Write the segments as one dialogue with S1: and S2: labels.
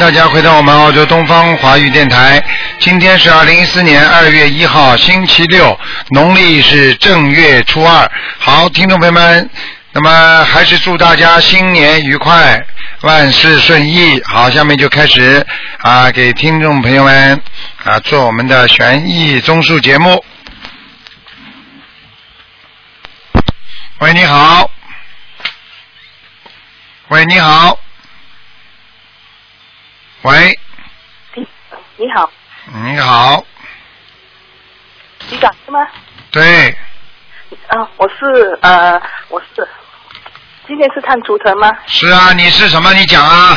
S1: 大家回到我们澳洲东方华语电台。今天是二零一四年二月一号，星期六，农历是正月初二。好，听众朋友们，那么还是祝大家新年愉快，万事顺意。好，下面就开始啊，给听众朋友们啊做我们的悬疑综述节目。喂，你好。喂，你好。喂，
S2: 哎你好，
S1: 你好，
S2: 局长是吗？
S1: 对，
S2: 啊、我是呃，我是，今天是看图腾吗？
S1: 是啊，你是什么？你讲啊，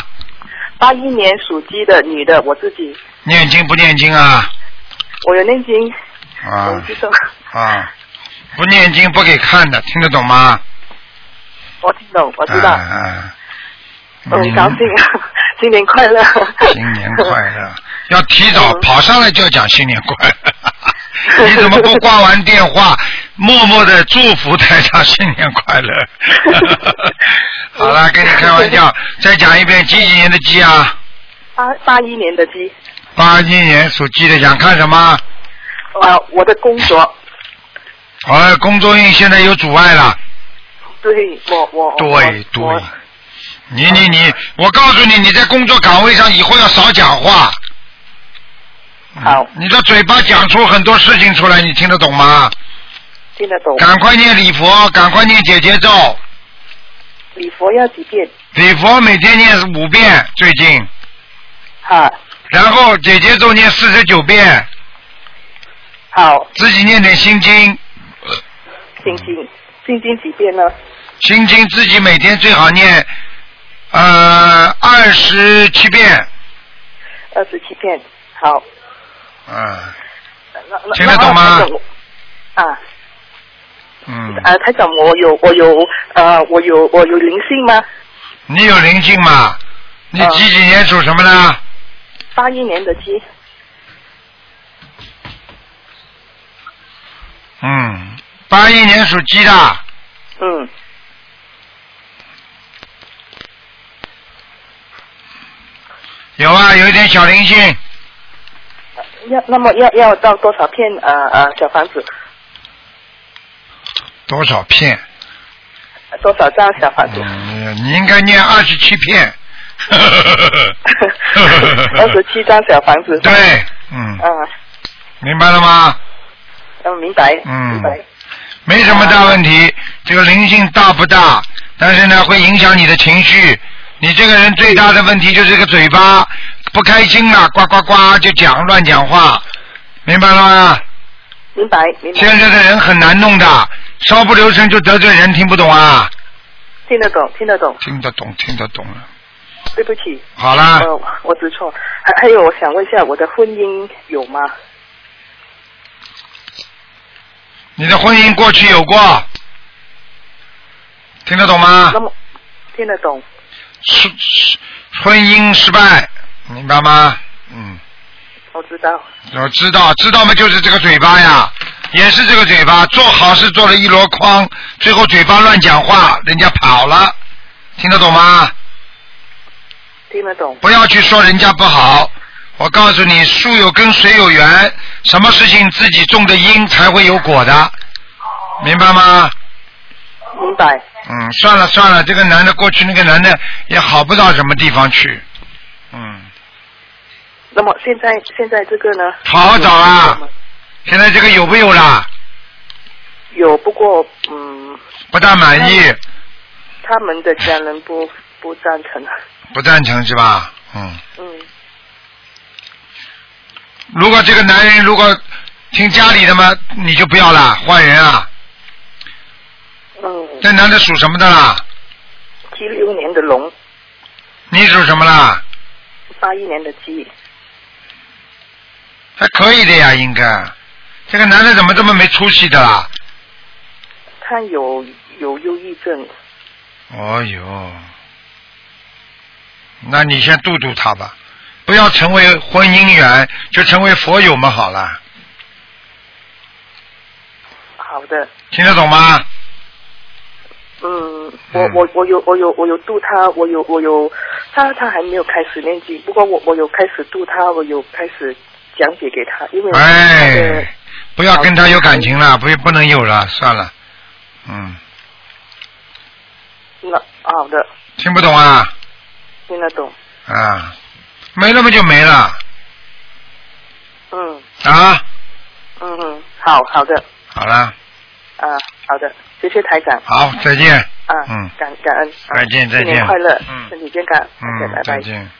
S2: 八一年属鸡的女的，我自己，
S1: 念经不念经啊？
S2: 我有念经，我
S1: 啊
S2: 接受，
S1: 啊，不念经不给看的，听得懂吗？
S2: 我听懂，我
S1: 我
S2: 知道，
S1: 啊，
S2: 我很高兴，啊 新年快乐，
S1: 新年快乐！要提早
S2: 嗯
S1: 跑上来就要讲新年快 乐。你怎么不挂完电话，默默的祝福台长新年快 乐？好了，跟你开玩笑。再讲一遍，几几年的鸡啊？
S2: 八八一年的鸡，
S1: 八一年属鸡的，想看什么？
S2: 啊、我的工作，
S1: 好了，哎工作运现在有阻碍了。
S2: 对我我
S1: 对
S2: 我
S1: 对
S2: 我，
S1: 你你你，我告诉你，你在工作岗位上以后要少讲话。
S2: 好
S1: 你的嘴巴讲出很多事情出来，你听得懂吗？
S2: 听得懂，
S1: 赶快念礼佛，赶快念姐姐咒，
S2: 礼佛要几遍？
S1: 礼佛每天念五遍，最近，
S2: 哈，
S1: 然后姐姐咒念四十九遍，
S2: 好，
S1: 自己念点心经，
S2: 心经，
S1: 嗯
S2: 心经几遍呢？
S1: 心经自己每天最好念，呃，二十七遍，
S2: 二十七遍，好。
S1: 嗯
S2: 那那
S1: 听得懂吗？
S2: 那台长我啊，
S1: 嗯，
S2: 呃，台长，我有我有呃，我有我有灵性吗？
S1: 你有灵性吗？你
S2: 嗯
S1: 几几年属什么呢？
S2: 八一年的鸡，
S1: 嗯，八一年属鸡的，
S2: 嗯，
S1: 有啊，有一点小灵性，
S2: 要那么要要到多少片呃呃小房子？
S1: 多少片？
S2: 多少张小房 子？
S1: 嗯，你应该念二十七片。
S2: 二十七张小房子。
S1: 对，嗯，
S2: 嗯
S1: 明白了吗？
S2: 嗯，明白。
S1: 嗯
S2: 明白。
S1: 没什么大问题，这个灵性大不大？但是呢，会影响你的情绪。你这个人最大的问题就是这个嘴巴不开心了，呱呱呱就讲乱讲话，明白了吗？
S2: 明白明白，
S1: 现在的人很难弄的，稍不留神就得罪人，听不懂啊？
S2: 听得懂听得懂，
S1: 听得懂，听得懂了。
S2: 对不起，
S1: 好啦，
S2: 呃，我知错。还还有，我想问一下，我的婚姻有吗？
S1: 你的婚姻过去有过，听得懂吗
S2: 那？么听得懂，
S1: 是是婚姻失败，明白吗？嗯，
S2: 我知道。
S1: 我知道，知道嘛，就是这个嘴巴呀，也是这个嘴巴，做好事做了一箩筐，最后嘴巴乱讲话，人家跑了，听得懂吗？
S2: 听得懂，
S1: 不要去说人家不好。我告诉你，树有根，水有源，什么事情自己种的因才会有果的，明白吗？
S2: 明白，
S1: 嗯，算了算了，这个男的过去那个男的也好不到什么地方去。嗯，
S2: 那么现在现在这个呢？
S1: 好好找啊！现在这个有没有啦？
S2: 有，不过嗯，
S1: 不大满意，
S2: 他们的家人不不赞成。啊
S1: 不赞成是吧？嗯，
S2: 嗯，
S1: 如果这个男人如果听家里的嘛，你就不要啦，换人啊。
S2: 嗯，
S1: 这男的属什么的啦？
S2: 七六年的龙，
S1: 你属什么啦？
S2: 八一年的鸡，
S1: 还可以的呀，应该。这个男的怎么这么没出息的啦？
S2: 他有有忧郁症，
S1: 哦呦，那你先度度他吧，不要成为婚姻缘，就成为佛友们好了，
S2: 好的，
S1: 听得懂吗？
S2: 嗯，嗯，我我我有我有我有度他，我有我有他他还没有开始念经，不过我我有开始度他，我有开始讲解给他，因为他的
S1: 哎，不要跟他有感情了，不不能有了，算了。嗯，
S2: 那好的
S1: 听不懂啊
S2: 听得懂，
S1: 啊，没了嘛就没了
S2: 嗯
S1: 啊，
S2: 嗯嗯，好好的
S1: 好了，
S2: 啊好的，谢谢台长
S1: 好，再见。
S2: 啊，
S1: 嗯
S2: 感感恩，啊
S1: 再见再见
S2: 新年快乐，
S1: 嗯
S2: 身体健康，再见
S1: 嗯
S2: 拜，
S1: 再
S2: 拜。
S1: 见。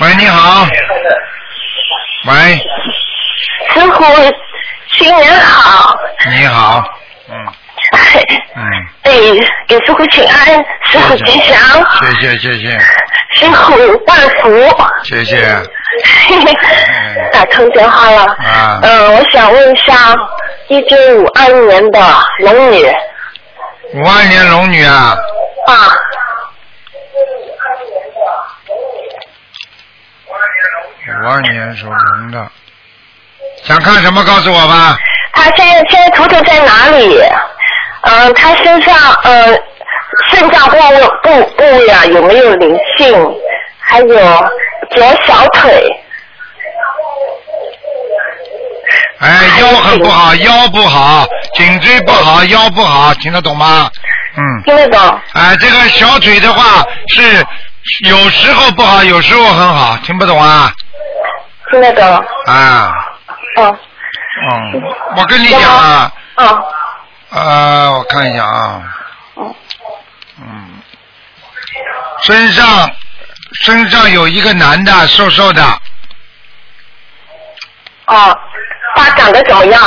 S1: 喂，你好。喂，
S3: 师傅，新年好！
S1: 你好。嗯
S3: 哎，
S1: 嗯，
S3: 给师傅请安，师傅吉祥，
S1: 谢谢谢谢
S3: 师傅万福。
S1: 谢谢。
S3: 嘿嘿打通电话了。
S1: 啊
S3: 嗯，我想问一下，一九五二年的龙女
S1: 五二年龙女啊，
S3: 啊，
S1: 五二年属龙的，想看什么告诉我吧。
S3: 她现在现在图腾在哪里？嗯，她身上呃肾脏部位部部位啊有没有灵性？还有左小腿。
S1: 哎，腰很不好，腰不好，颈椎不好，腰不好，听得懂吗？嗯。
S3: 听得懂？
S1: 哎，这个小腿的话是有时候不好，有时候很好，听不懂啊？
S3: 听得懂？
S1: 啊，
S3: 嗯
S1: 嗯，我跟你讲啊，
S3: 嗯
S1: 呃，我看一下啊，
S3: 嗯
S1: 嗯，身上身上有一个男的，瘦瘦的，
S3: 哦，他长得怎么样？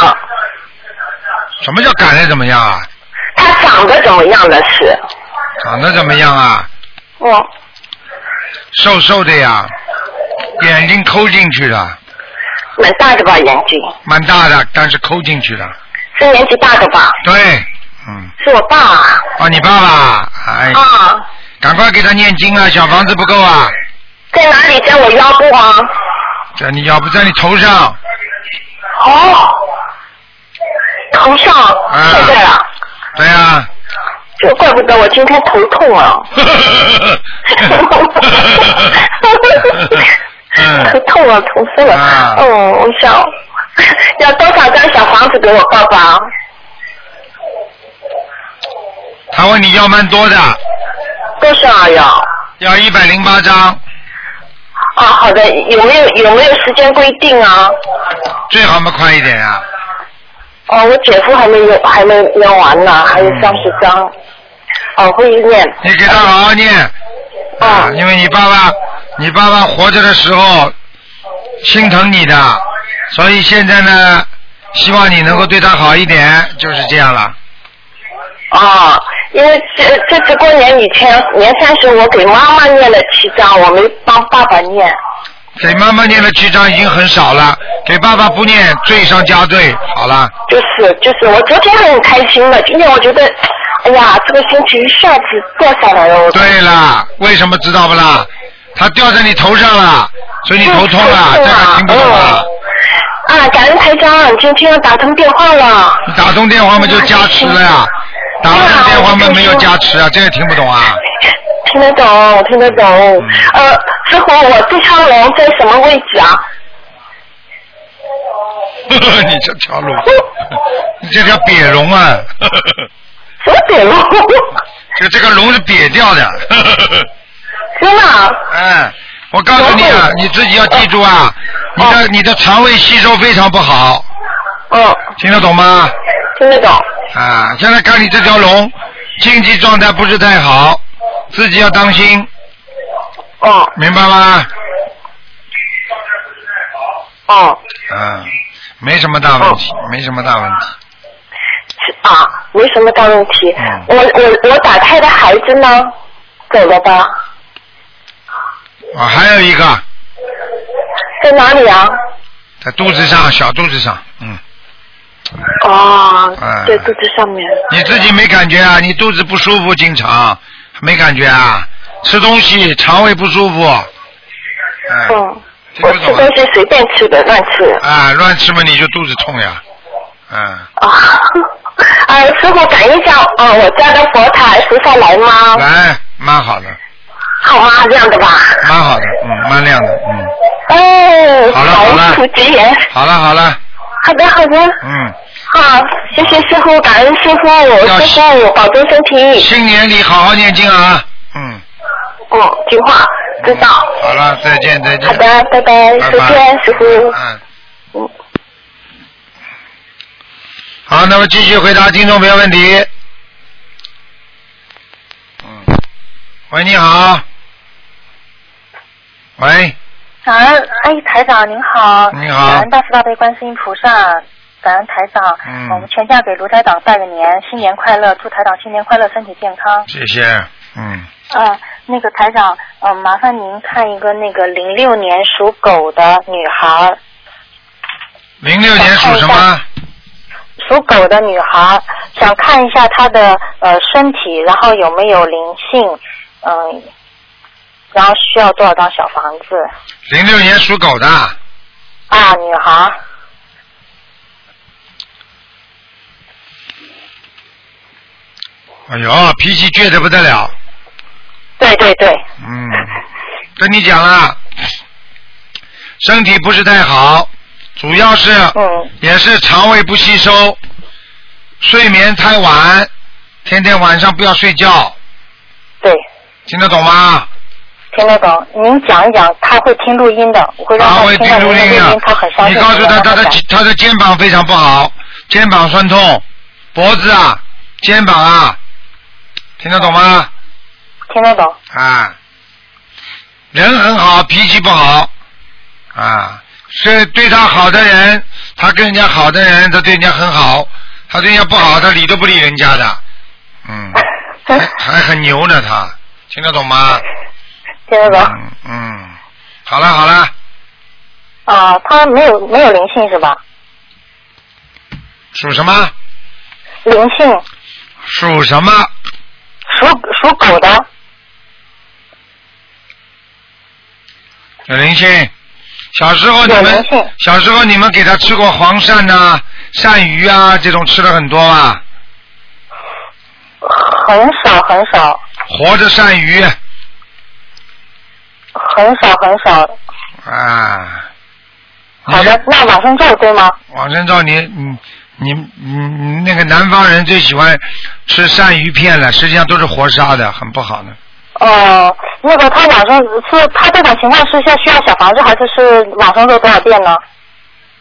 S1: 什么叫长得怎么样啊？
S3: 他长得怎么样的是？
S1: 长得怎么样啊？
S3: 哦，
S1: 瘦瘦的呀，眼睛抠进去的，
S3: 蛮大的吧，眼睛
S1: 蛮大的，但是抠进去的。
S3: 是年纪大的吧？
S1: 对，嗯，
S3: 是我爸啊。
S1: 哦，你爸爸，哎，
S3: 啊，
S1: 赶快给他念经啊，小房子不够啊，
S3: 在哪里？在我腰部啊。
S1: 在你要不在你头上，
S3: 哦，头上
S1: 啊
S3: 现在啊，
S1: 对呀、啊。
S3: 这怪不得我今天头痛啊。
S1: 嗯嗯，
S3: 头痛啊，头痛
S1: 啊
S3: 了。嗯，我想要多少张小房子给我爸爸？
S1: 他问你要蛮多的，
S3: 多少呀？
S1: 要一百零八张，
S3: 啊，好的，有没有有没有时间规定啊？
S1: 最好嘛快一点啊。
S3: 哦，我姐夫还没有还没念完呢，还
S1: 嗯
S3: 有三十张。哦，会念。
S1: 你给他好好念啊，
S3: 哦
S1: 因为你爸爸，你爸爸活着的时候心疼你的，所以现在呢，希望你能够对他好一点，就是这样了。
S3: 啊，因为这这次过年以前年三十我给妈妈念了七张，我没帮爸爸念。
S1: 给妈妈念了七章已经很少了，给爸爸不念，罪上加罪。好了，
S3: 就是就是，我昨天很开心的，今天我觉得，哎呀，这个心情一下子掉下来了。我
S1: 对了，为什么知道不啦？他掉在你头上了，所以你头痛了，这还听不懂啊？
S3: 嗯啊，感恩台长，今天打通电话了。
S1: 你打通电话嘛就加持了呀，打通电话嘛没有加持啊，这也听不懂啊？
S3: 听得懂，我听得懂。
S1: 嗯
S3: 呃，师傅，我地上龙在什么位置啊？
S1: 你这条龙，你这条瘪龙啊，
S3: 什么 点龙？
S1: 就这个龙是瘪掉的。
S3: 真的啊？
S1: 哎，我告诉你啊，你自己要记住啊，你的你的肠胃吸收非常不好，
S3: 嗯，
S1: 听得懂吗？
S3: 听得懂。
S1: 啊，现在看你这条龙，经济状态不是太好，自己要当心，
S3: 哦
S1: 明白吗？
S3: 哦
S1: 嗯，没什么大问题，没什么大问题。
S3: 是啊，没什么大问题
S1: 嗯。
S3: 我我我打胎的孩子呢？走了吧？
S1: 啊，还有一个
S3: 在哪里啊？
S1: 在肚子上，小肚子上，嗯，
S3: 哦
S1: 哎，
S3: 在肚子上面。
S1: 你自己没感觉啊？你肚子不舒服，经常没感觉啊？吃东西肠胃不舒服，哎，
S3: 嗯，
S1: 听
S3: 我
S1: 不
S3: 吃
S1: 懂啊
S3: 东西随便吃的，乱吃。
S1: 啊？乱吃嘛你就肚子痛呀，嗯，
S3: 啊，
S4: 呃，师傅感应一下，呃，我家的佛台菩萨来吗？
S1: 来，蛮好的，
S4: 好吗？这样的吧。
S1: 蛮好的，嗯，蛮亮的，嗯，
S3: 哎
S4: 哦，
S1: 好了好了
S4: 好，吉言。
S1: 好了好了，
S4: 好的，好的，
S1: 嗯，
S4: 好，谢谢师傅，感恩师傅，
S1: 要
S4: 师傅保重身体。
S1: 新年里好好念经啊，嗯，
S4: 嗯，听话，知道。
S1: 好了，再见再见，
S4: 好的，拜拜，
S1: 嗯
S4: 再
S1: 拜
S4: 见，
S1: 拜，
S4: 师傅。
S1: 嗯。好，那么继续回答听众朋友问题。嗯，喂，你好。喂，
S3: 感恩哎，台长您好，
S1: 你好
S3: 感恩大慈大悲观世音菩萨，感恩台长，
S1: 嗯
S3: 我们全家给卢台长拜个年，新年快乐，祝台长新年快乐，身体健康。
S1: 谢谢。嗯，
S3: 嗯、那个台长，嗯、麻烦您看一个那个零六年属狗的女孩儿，
S1: 零六年属什么？
S3: 属狗的女孩儿，想看一下她的呃身体，然后有没有灵性，嗯、然后需要多少张小房子
S1: 零六年属狗的，
S3: 啊？女孩儿，
S1: 哎呦，脾气倔得不得了。
S3: 对对对，
S1: 嗯，跟你讲了，身体不是太好，主要是
S3: 嗯
S1: 也是肠胃不吸收，睡眠太晚，天天晚上不要睡觉，
S3: 对。
S1: 听得懂吗？
S3: 听得懂，您讲一讲，他会听录音的，我会让
S1: 他
S3: 他
S1: 会
S3: 听
S1: 听
S3: 到
S1: 录
S3: 您的
S1: 音
S3: 录
S1: 啊
S3: 音，嗯他很伤
S1: 你
S3: 心。
S1: 告诉他，
S3: 让
S1: 他的
S3: 改
S1: 他的肩膀非常不好，肩膀酸痛，脖子啊，肩膀啊，听得懂吗？
S3: 听得懂，
S1: 啊，人很好，脾气不好，啊，是对他好的人，他跟人家好的人，他对人家很好，他对人家不好，他理都不理人家的，嗯，还还很牛呢，他听得懂吗？
S3: 听得懂。
S1: 嗯嗯，好了好了，
S3: 啊，他没有没有灵性是吧？
S1: 属什么？
S3: 灵性
S1: 属什么？
S3: 属属狗的，
S1: 有灵性。小时哦候你
S3: 有
S1: 们
S3: 灵性
S1: 小时候你们给他吃过黄鳝呐、鳝鱼啊这种吃了很多啊，
S3: 很少很少
S1: 活着鳝鱼
S3: 很少很少。
S1: 啊。你
S3: 好的，那往生咒对吗？
S1: 往生咒你你你你你那个南方人最喜欢吃鳝鱼片了，实际上都是活杀的，很不好的。
S3: 哦、那个他往生是他这种情况是需要小房子还是是往生咒多少遍呢？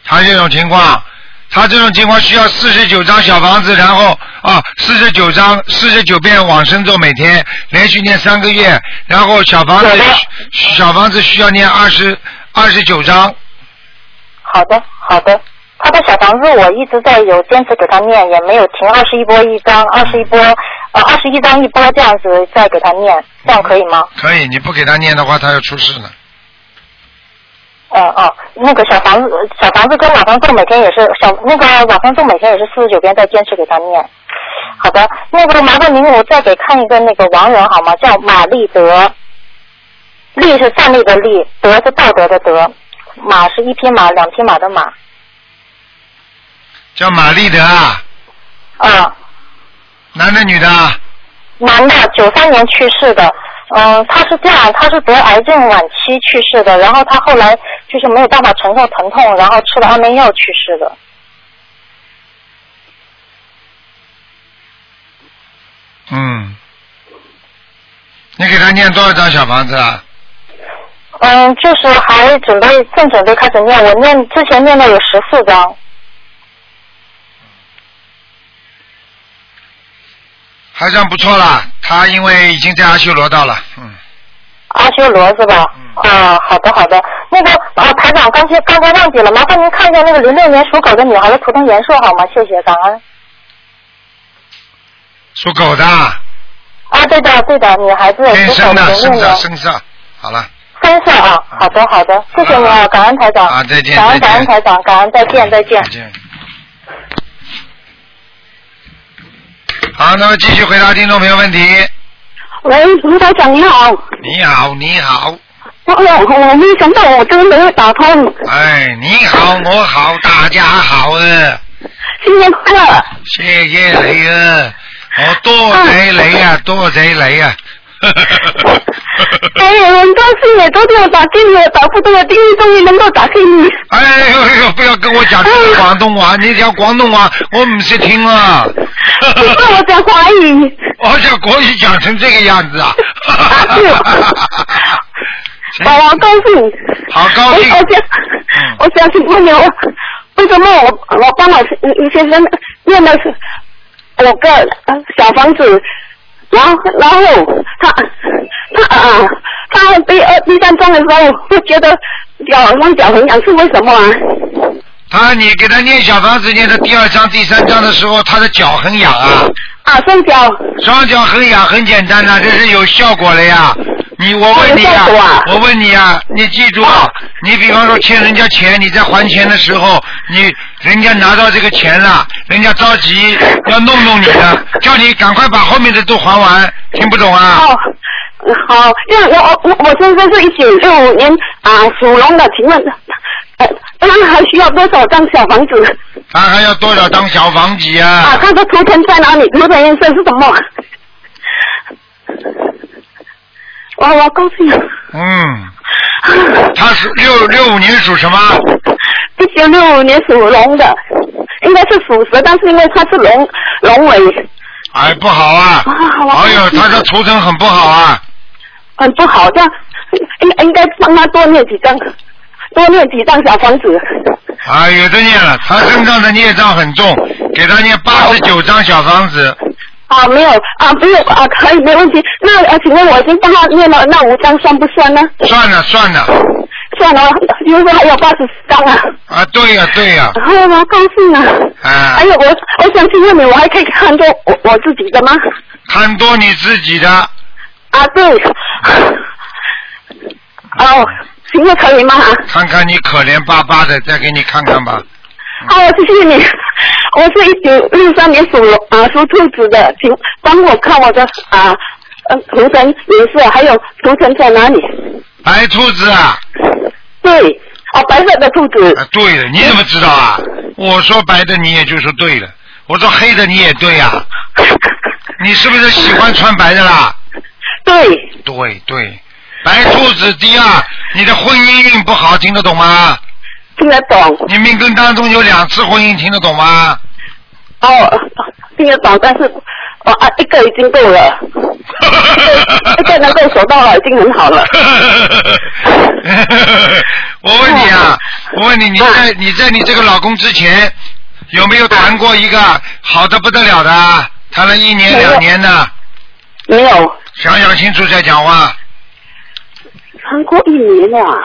S1: 他这种情况，他这种情况需要四十九张小房子，然后啊，四十九张四十九遍往生咒每天连续念三个月，然后小房子
S3: 好的
S1: 需小房子需要念二十二十九张，
S3: 好的，好的。他的小房子我一直在有坚持给他念，也没有停，二十一波一张，二十一波，呃，二十一张一波这样子再给他念，这样可以吗？
S1: 可以，你不给他念的话，他要出事了。
S3: 嗯哦，那个小房子，小房子跟往生咒每天也是小那个往生咒每天也是四十九遍，再坚持给他念。好的，那个麻烦您我再给看一个那个亡人好吗？叫马立德，立是善立的立，德是道德的德，马是一匹马两匹马的马，
S1: 叫玛丽德啊，
S3: 啊、
S1: 男的女的啊？
S3: 男的，九三年去世的。嗯，他是这样，他是得癌症晚期去世的，然后他后来就是没有办法承受疼痛，然后吃了安眠药去世的。
S1: 嗯，你给他念多少张小房子啊？
S3: 嗯，就是还准备正准备开始念，我念之前念的有十四章，
S1: 还算不错啦，他因为已经在阿修罗道了，嗯，
S3: 阿修罗是吧？啊，好的好的。那个啊，台长刚才刚才忘记了，麻烦您看一下那个零六年属狗的女孩的图腾颜色好吗？谢谢，感恩。
S1: 属狗的啊，
S3: 啊，对的对的，女孩子
S1: 天
S3: 属狗
S1: 生的，
S3: 零六
S1: 生
S3: 年
S1: 色，生色，好了，
S3: 三色啊，好的好的，谢谢你啊，感恩台长。
S1: 啊再见
S3: 感恩
S1: 再见
S3: 感恩台长，感恩再见再见
S1: 再。见。好，那么继续回答听众朋友问题。
S5: 喂，卢台长你好，
S1: 你好，你好，
S5: 我我我没想到我真的没有打通，
S1: 哎，你好，我好，大家好啊！
S5: 新年快乐！
S1: 谢谢你 啊，我多谢你啊，多谢你啊。
S5: 哎，我很高兴哎，昨天我打给你，我打不通，我今天终于能够打给你。
S1: 哎呦呦，不要跟我讲这个广东话，你讲广东话我唔识听啊。
S5: 不是我讲华语。
S1: 我讲国语讲成这个样子啊。 哎
S5: 我好高兴。嗯
S1: 好高兴。
S5: 哎我我想，我想请问你，我为什么我我帮我于先生念的是我个呃小房子，然后然后他他啊、呃、他第二第三章的时候会觉得脚让脚很痒，是为什么啊？
S1: 他你给他念小房子念的第二章、第三章的时候，他的脚很痒啊。
S5: 啊，双脚。
S1: 双脚很痒，很简单呐、这是有效果了呀。你我问你
S5: 嗯有效果啊
S1: 我问你啊，你记住啊，你比方说欠人家钱，你在还钱的时候，你人家拿到这个钱了，人家着急要弄弄你 的，叫你赶快把后面的都还完，听不懂啊？
S5: 哦，好，因为我我我我先生是一九六五年啊属龙的，请问呃他还需要多少张小房子？
S1: 他还要多少张小房子
S5: 啊，
S1: 啊？
S5: 他的图腾在哪里？图腾颜色是什么？我我高兴，
S1: 嗯，他是六六五年属什么？
S5: 一九六五年属龙的，应该是属蛇，但是因为它是龙龙尾，
S1: 哎，不好啊！
S5: 啊我
S1: 哎呦，他的图腾很不好啊！
S5: 很不好，这样应应该帮他多念几张，多念几张小房子。
S1: 啊，有的念了，他身上的孽障很重，给他念八十九张小房子，
S5: 啊，没有啊，没有啊，可以没问题。那呃，请问我已经帮他念了那五张，算不算呢？
S1: 算了算了，
S5: 算了，因为还有八十张啊。
S1: 啊，对呀、对呀、
S5: 哎呀，我高兴啊！
S1: 啊，
S5: 还有我，我想请问你，我还可以看多我我自己的吗？
S1: 看多你自己的，
S5: 啊，对。哦，行了，可以吗？啊
S1: 看看你可怜巴巴的，再给你看看吧。
S5: 好，谢谢你。我是一九六三年属龙啊属兔子的，请帮我看我的啊呃图腾颜色，还有图腾在哪里？
S1: 白兔子啊，
S5: 对，哦，白色的兔子。
S1: 啊，对了，你怎么知道啊？我说白的你也就说对了，我说黑的你也对啊，你是不是喜欢穿白的啦？
S5: 对，
S1: 对对，白兔子第二，你的婚姻运不好，听得懂吗？
S5: 听得懂
S1: 你命根当中有两次婚姻，听得懂吗？
S5: 哦，听得懂，但是哦啊一个已经够了，一个能够手到了已经很好了。
S1: 我问你啊，我问你，你在
S5: 嗯
S1: 你在你这个老公之前有没有谈过一个好的不得了的啊？谈了一年
S5: 没有
S1: 两年的，
S5: 没有，
S1: 想想清楚再讲话。
S5: 谈过一年了啊，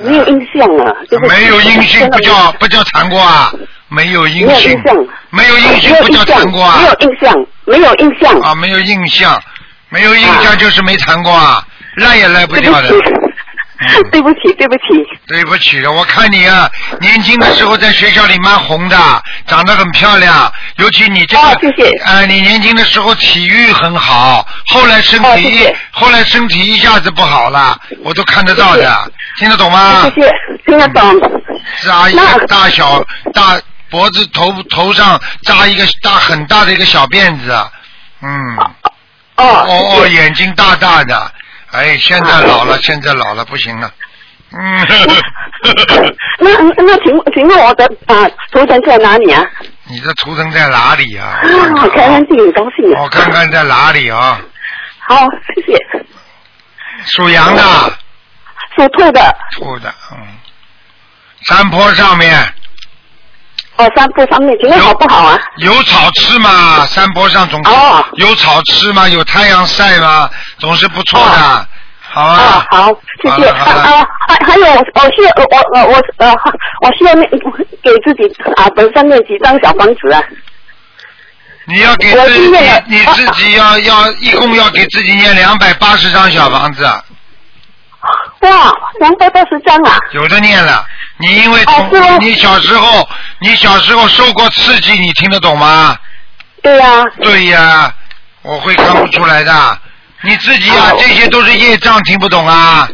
S5: 没有印象了，就是
S1: 没有音信不叫不叫谈过啊？没有音
S5: 没有
S1: 信
S5: 印象，
S1: 没有音信
S5: 没有
S1: 不
S5: 印
S1: 叫
S5: 象
S1: 谈过啊？
S5: 没有印象，没有印象，
S1: 啊，没有印象，没有印象就是没谈过啊，赖也赖不
S5: 对不
S1: 掉的。嗯
S5: 起，对不起，对不起，
S1: 对不起了，我看你啊，年轻的时候在学校里蛮红的，长得很漂亮，尤其你这个，
S5: 哦谢谢
S1: 呃，你年轻的时候体育很好，后来身体，
S5: 哦谢谢
S1: 后来身体一下子不好了，我都看得到的，听得懂吗？
S5: 谢谢，听得懂。
S1: 扎一个
S5: 那
S1: 大小大脖子头头上扎一个大很大的一个小辫子，嗯，
S5: 哦
S1: 哦哦，
S5: 谢谢哦
S1: 眼睛大大的，哎，现在老了，现在老了，不行了， 嗯。
S5: 那那请请问我的啊图腾在哪里啊？
S1: 你的图腾在哪里 啊？
S5: 啊，感恩弟很高兴啊
S1: 我哦看看在哪里啊？
S5: 好，谢谢。
S1: 属羊的，
S5: 属兔的，
S1: 兔的，嗯，山坡上面
S5: 哦，三部方面，请问好不好啊？
S1: 有草吃吗？山坡上总是
S5: 哦
S1: 有草吃吗？有太阳晒吗？总是不错的，好
S5: 啊
S1: 啊，。
S5: 好，谢谢。
S1: 好了好
S5: 啊
S1: 了
S5: 啊，还还有，我需要我我我呃，我需要念给自己啊，本身念几张小房子啊？
S1: 你要给
S5: 我
S1: 自己
S5: 今天也
S1: 你你自己 要要一共要给自己念两百八十张小房子，
S5: 哇，两百八十张啊！
S1: 有的念了。你因为
S5: 哦是吗
S1: 从你小时候你小时候受过刺激，你听得懂吗？
S5: 对呀、
S1: 对呀，我会看不出来的。你自己啊，
S5: 哦
S1: 这些都是业障，听不懂啊，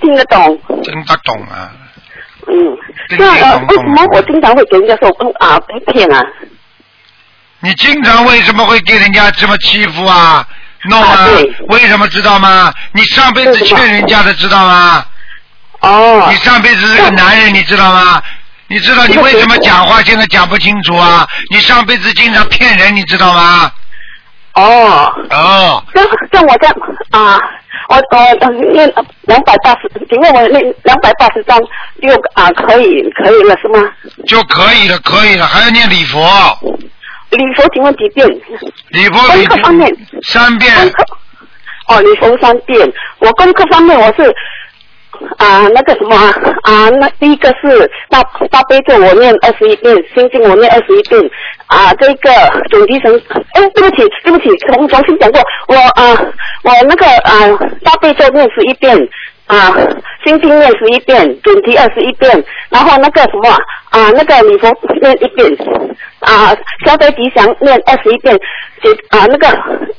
S5: 听得懂。
S1: 听得懂啊。
S5: 嗯，
S1: 叮
S5: 那
S1: 叮
S5: 呃
S1: 咚
S5: 为什
S1: 咚。
S5: 么我经常会给人家说嗯啊被骗啊？
S1: 你经常为什么会给人家这么欺负啊？弄
S5: 啊对
S1: 为什么知道吗？你上辈子欠人家的知道吗？
S5: 哦
S1: 你，上辈子是个男人，你知道吗？你知道你为什么讲话现在讲不清楚啊？你上辈子经常骗人，你知道吗？
S5: 哦，
S1: 哦，
S5: 那那我在啊，我我念两百八十，请问我念两百八十张六个啊可以可以了是吗？
S1: 就可以了，可以了，还要念礼佛，
S5: 礼佛请问几遍？
S1: 礼佛
S5: 功
S1: 礼
S5: 课方面，
S1: 三
S5: 功
S1: 遍，
S5: 课哦，礼佛三遍。我功课方面我是啊、那个什么啊啊，那第一个是大大悲咒我念二十一遍，心经我念二十一遍啊，这个准提神，哎，对不起对不起，重重新讲过，我啊我那个啊大悲咒念十一遍。啊，心经念十一遍，准提二十一遍，然后那个什么啊，那个礼佛念一遍，啊，消灾吉祥念二十一遍，姐啊那个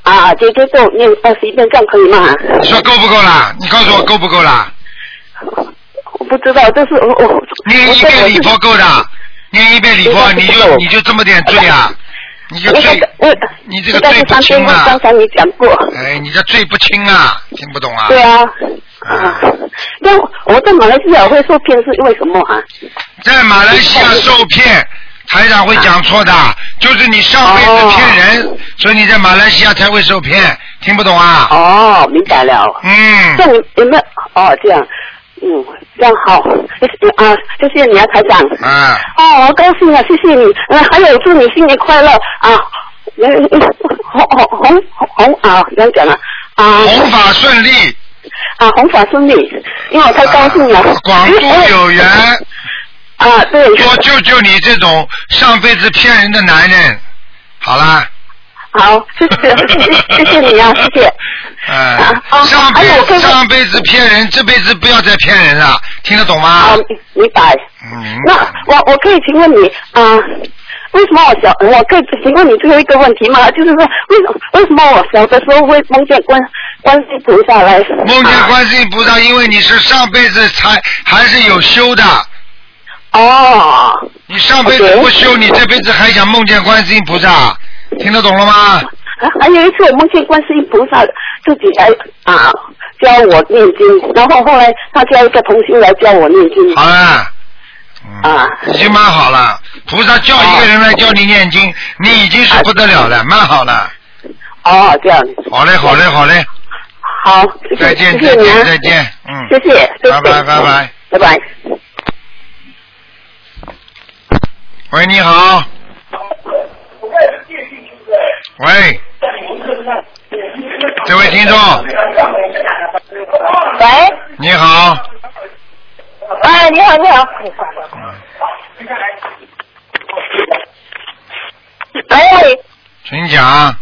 S5: 啊姐姐咒念二十一遍，这样可以吗？
S1: 你说够不够啦？你告诉我
S5: 哦
S1: 够不够啦？
S5: 我不知道，就是我我
S1: 念一遍礼佛够的，念一遍礼佛，你就你就这么点罪啊？你就
S5: 我
S1: 罪，
S5: 我
S1: 你这个罪不轻啊
S5: 刚！才你讲过，
S1: 哎，你这罪不轻啊！听不懂啊？
S5: 对啊。
S1: 哎
S5: 啊，那我在马来西亚会受骗是为什么啊？
S1: 在马来西亚受骗，台长会讲错的，
S5: 啊
S1: 就是你上辈子骗人，所以你在马来西亚才会受骗，听不懂啊？
S5: 哦，明白了。
S1: 嗯
S5: 这，样有没有？哦，这样，嗯，这样好，谢谢啊，谢谢你啊，台长。
S1: 啊，
S5: 哦，我高兴啊，谢谢你。嗯，还有祝你新年快乐啊！嗯嗯红红红红啊，怎样讲啊？啊
S1: 弘法顺利，
S5: 啊，红法顺利，因为我哎太高兴了。哎
S1: 啊广度有缘，
S5: 啊，对。
S1: 多救救你这种上辈子骗人的男人。好啦，
S5: 好，谢谢谢谢谢谢你啊，谢 谢。
S1: 嗯，
S5: 啊
S1: 上
S5: 还有我
S1: 辈
S5: 看看
S1: 上辈子骗人，这辈子不要再骗人了，听得懂吗
S5: 啊？，明白。
S1: 嗯，
S5: 那我我可以请问你啊、为什么我小我可以请问你最后一个问题吗？就是说为什为什么我小的时候会梦见观观世菩萨来？
S1: 梦见
S5: 啊
S1: 观世音菩萨，因为你是上辈子才还是有修的，
S5: 哦
S1: 你上辈子
S5: OK
S1: 不修，你这辈子还想梦见观世音菩萨，听得懂了吗？
S5: 还还啊有一次我梦见观世音菩萨自己来啊教我念经，然后后来他叫一个同修来教我念经。
S1: 好了，
S5: 啊
S1: 嗯，已经蛮好了。菩萨叫一个人来教你念经，你已经是不得了了，蛮好了。
S5: 哦，这样
S1: 好嘞，好嘞，好嘞，
S5: 好，谢谢
S1: 再见，
S5: 谢
S1: 再
S5: 谢你啊
S1: 见，再见，嗯
S5: 谢。谢，谢谢
S1: 拜拜拜拜，
S5: 拜拜。
S1: 喂，你好。喂，这位听众，
S3: 喂，
S1: 你好，
S3: 哎，你好，你好。喂，
S1: 请讲，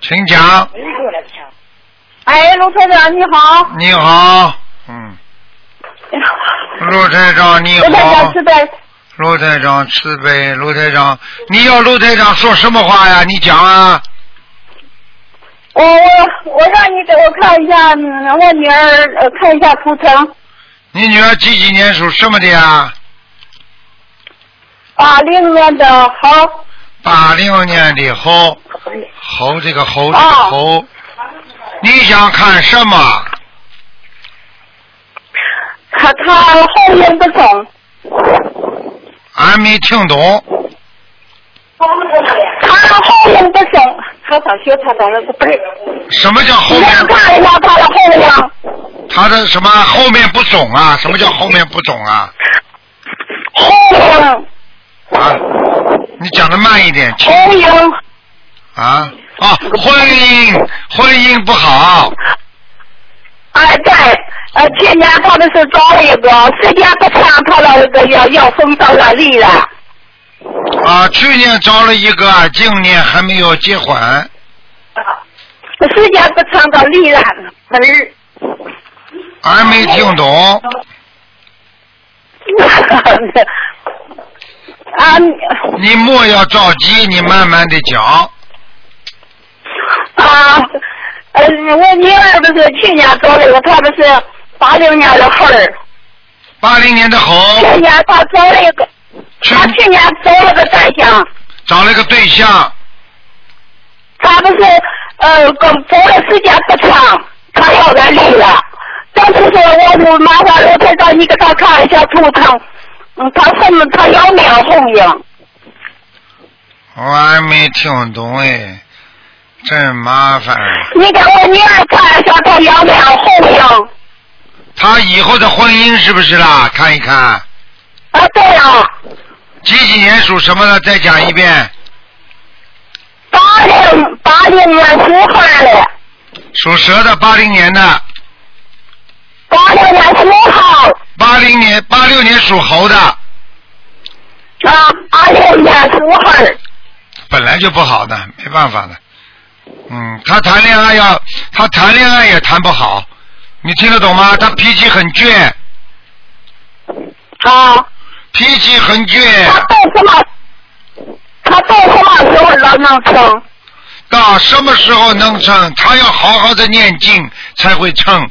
S1: 请讲，
S3: 哎，卢台长，你好。
S1: 你好，嗯，陆台长你
S3: 卢台
S1: 好
S3: 长，，是在
S1: 陆台长慈悲，陆台长，你要陆台长说什么话呀？你讲啊，
S3: 我我我让你给我看一下，嗯我女儿呃看一下图腾
S1: 你女儿几几年属什么的呀？
S3: 啊，零年的好
S1: 八六年的猴，猴这个猴这个
S3: 哦
S1: 猴，你想看什么？
S3: 她她后面不懂，
S1: 俺没听懂。
S3: 她后面不懂，她想学她当然不对。
S1: 什么叫后
S3: 你
S1: 面
S3: 能看一下她的后面
S1: 他的什么后面不肿啊？什么叫后面不肿啊？
S3: 后面
S1: 啊，你讲的慢一点，亲
S3: 后面
S1: 啊啊，婚姻婚姻不好，
S3: 哎对，呃前年她的是找了一个，时间不长，她那个要要分道了离了。
S1: 啊，去年招了一个，今年还没有结婚，
S3: 时间不长到离了，门儿。
S1: 俺没听懂，
S3: 啊，你
S1: 你莫要着急，你慢慢的讲。
S3: 啊，呃，我女儿不是去年找了个，她不是八六年的孩儿，
S1: 八零年的猴，
S5: 去年他找了一个，他去年找了个对象，
S1: 找了个对象，
S5: 他不是呃跟找的时间不长，他要俺离了。当时说我是麻烦罗台长，你给他看一下图腾，嗯，他什么他要没有红影，
S1: 我还没听懂哎，真麻烦。
S5: 你给我女儿看一下他要没有红影。
S1: 他以后的婚姻是不是啦？看一看。
S5: 啊，对呀。
S1: 几几年属什么的？再讲一遍。
S5: 八零八零年属猴的，
S1: 属蛇的，八零年的。
S5: 八六年属猴。
S1: 八零年，八六年属猴的。
S5: 啊，八六年属猴。
S1: 本来就不好的，没办法的。嗯，他谈恋爱要，他谈恋爱也谈不好，你听得懂吗？他脾气很倔。
S5: 啊。
S1: 脾气很倔。
S5: 他到什么？他到什么时候能能成？
S1: 到什么时候能成？他要好好的念经才会成。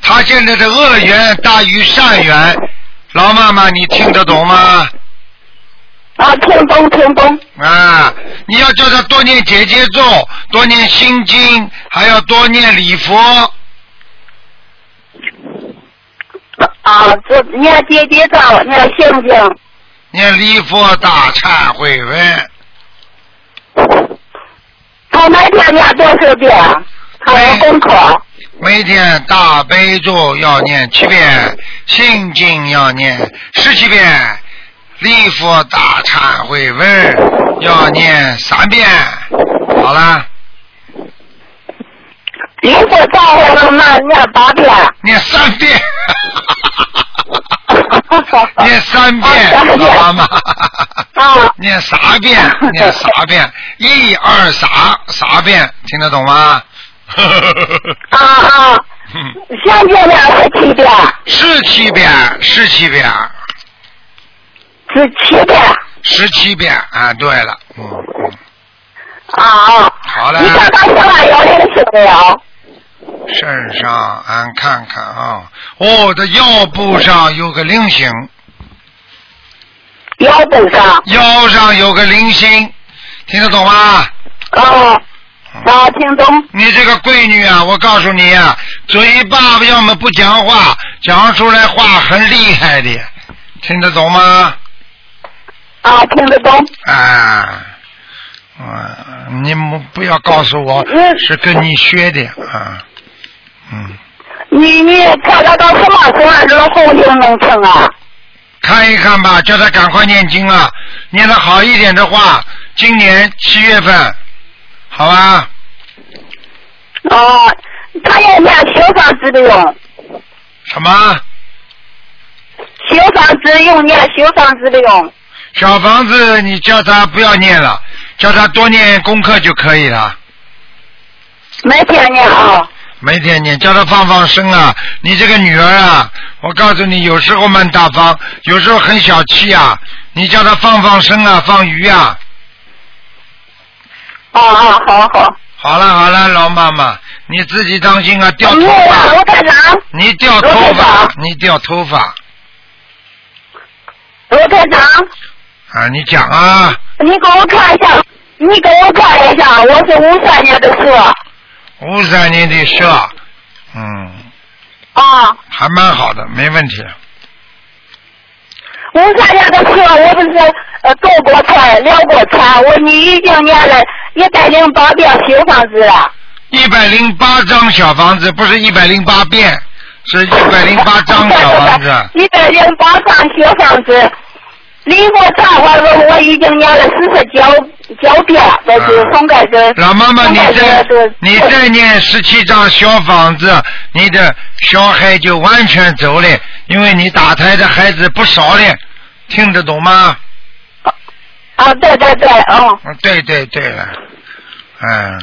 S1: 他现在的恶缘大于善缘，老妈妈，你听得懂吗？
S5: 啊，听懂听懂。
S1: 啊，你要叫他多念姐姐咒，多念心经，还要多念礼佛。
S5: 啊，这念姐姐咒，念心经。
S1: 念礼佛大忏悔文，
S5: 他每天念多少遍？他有功课。
S1: 每天大悲咒要念七遍，心经要念十七遍，礼佛大忏悔文要念三遍。好啦，
S5: 你佛忏悔文那念八遍。
S1: 念三遍。念三遍，老妈妈。
S5: 啊
S1: 念啥遍？念啥遍？一二啥啥遍？听得懂吗？
S5: 啊啊！心经念十七遍，
S1: 是七遍，是七遍，
S5: 十七遍。
S1: 十七遍啊！对了，嗯，
S5: 啊啊！
S1: 好了
S5: 你，看他现在有灵性没有？
S1: 身上俺看看啊，哦，这腰部上有个菱形，
S5: 腰部上。
S1: 腰上有个菱形，听得懂吗？
S5: 啊啊，听懂。
S1: 你这个闺女啊，我告诉你啊，嘴巴要么不讲话，讲出来话很厉害的，听得懂吗？
S5: 啊，听得懂。
S1: 啊，啊，你们不要告诉我是跟你学的啊，嗯，
S5: 你你看他到什么时候这个红影能成啊？
S1: 看一看吧，叫他赶快念经啊，念的好一点的话，今年七月份，好吧？
S5: 啊，他也念小房子的用，
S1: 什么？
S5: 小房子用念小房子的用。
S1: 小房子，你叫他不要念了，叫他多念功课就可以了。
S5: 每天念啊。
S1: 每天念，叫他放放生啊！你这个女儿啊，我告诉你，有时候蛮大方，有时候很小气啊。你叫她放放生啊，放鱼啊。
S5: 啊啊，好好。
S1: 好了好了，老妈妈，你自己当心啊，掉头
S5: 你
S1: 发，
S5: 罗台长，
S1: 你掉头
S5: 罗台
S1: 发
S5: 长，
S1: 你掉头发
S5: 罗台长，
S1: 啊！你讲啊，
S5: 你给我看一下，你给我看一下，我是五三年的蛇。
S1: 五三年的蛇，嗯，
S5: 啊，
S1: 还蛮好的，没问题。
S5: 五三年的蛇，我不是呃中国船、辽国船，我你已经念了一百零八遍小房子了。
S1: 一百零八张小房子，不是一百零八遍，是一百零八张小房子。
S5: 一百零八张小房子，离我大房子我已经念了四十九九遍，那就送给这。
S1: 老妈妈，你
S5: 送给
S1: 再
S5: 这个
S1: 你再念十七张小房子，你的小孩就完全走了，因为你打胎的孩子不少了，听得懂吗？
S5: 啊，对对对，嗯，
S1: 嗯，对对对了，嗯，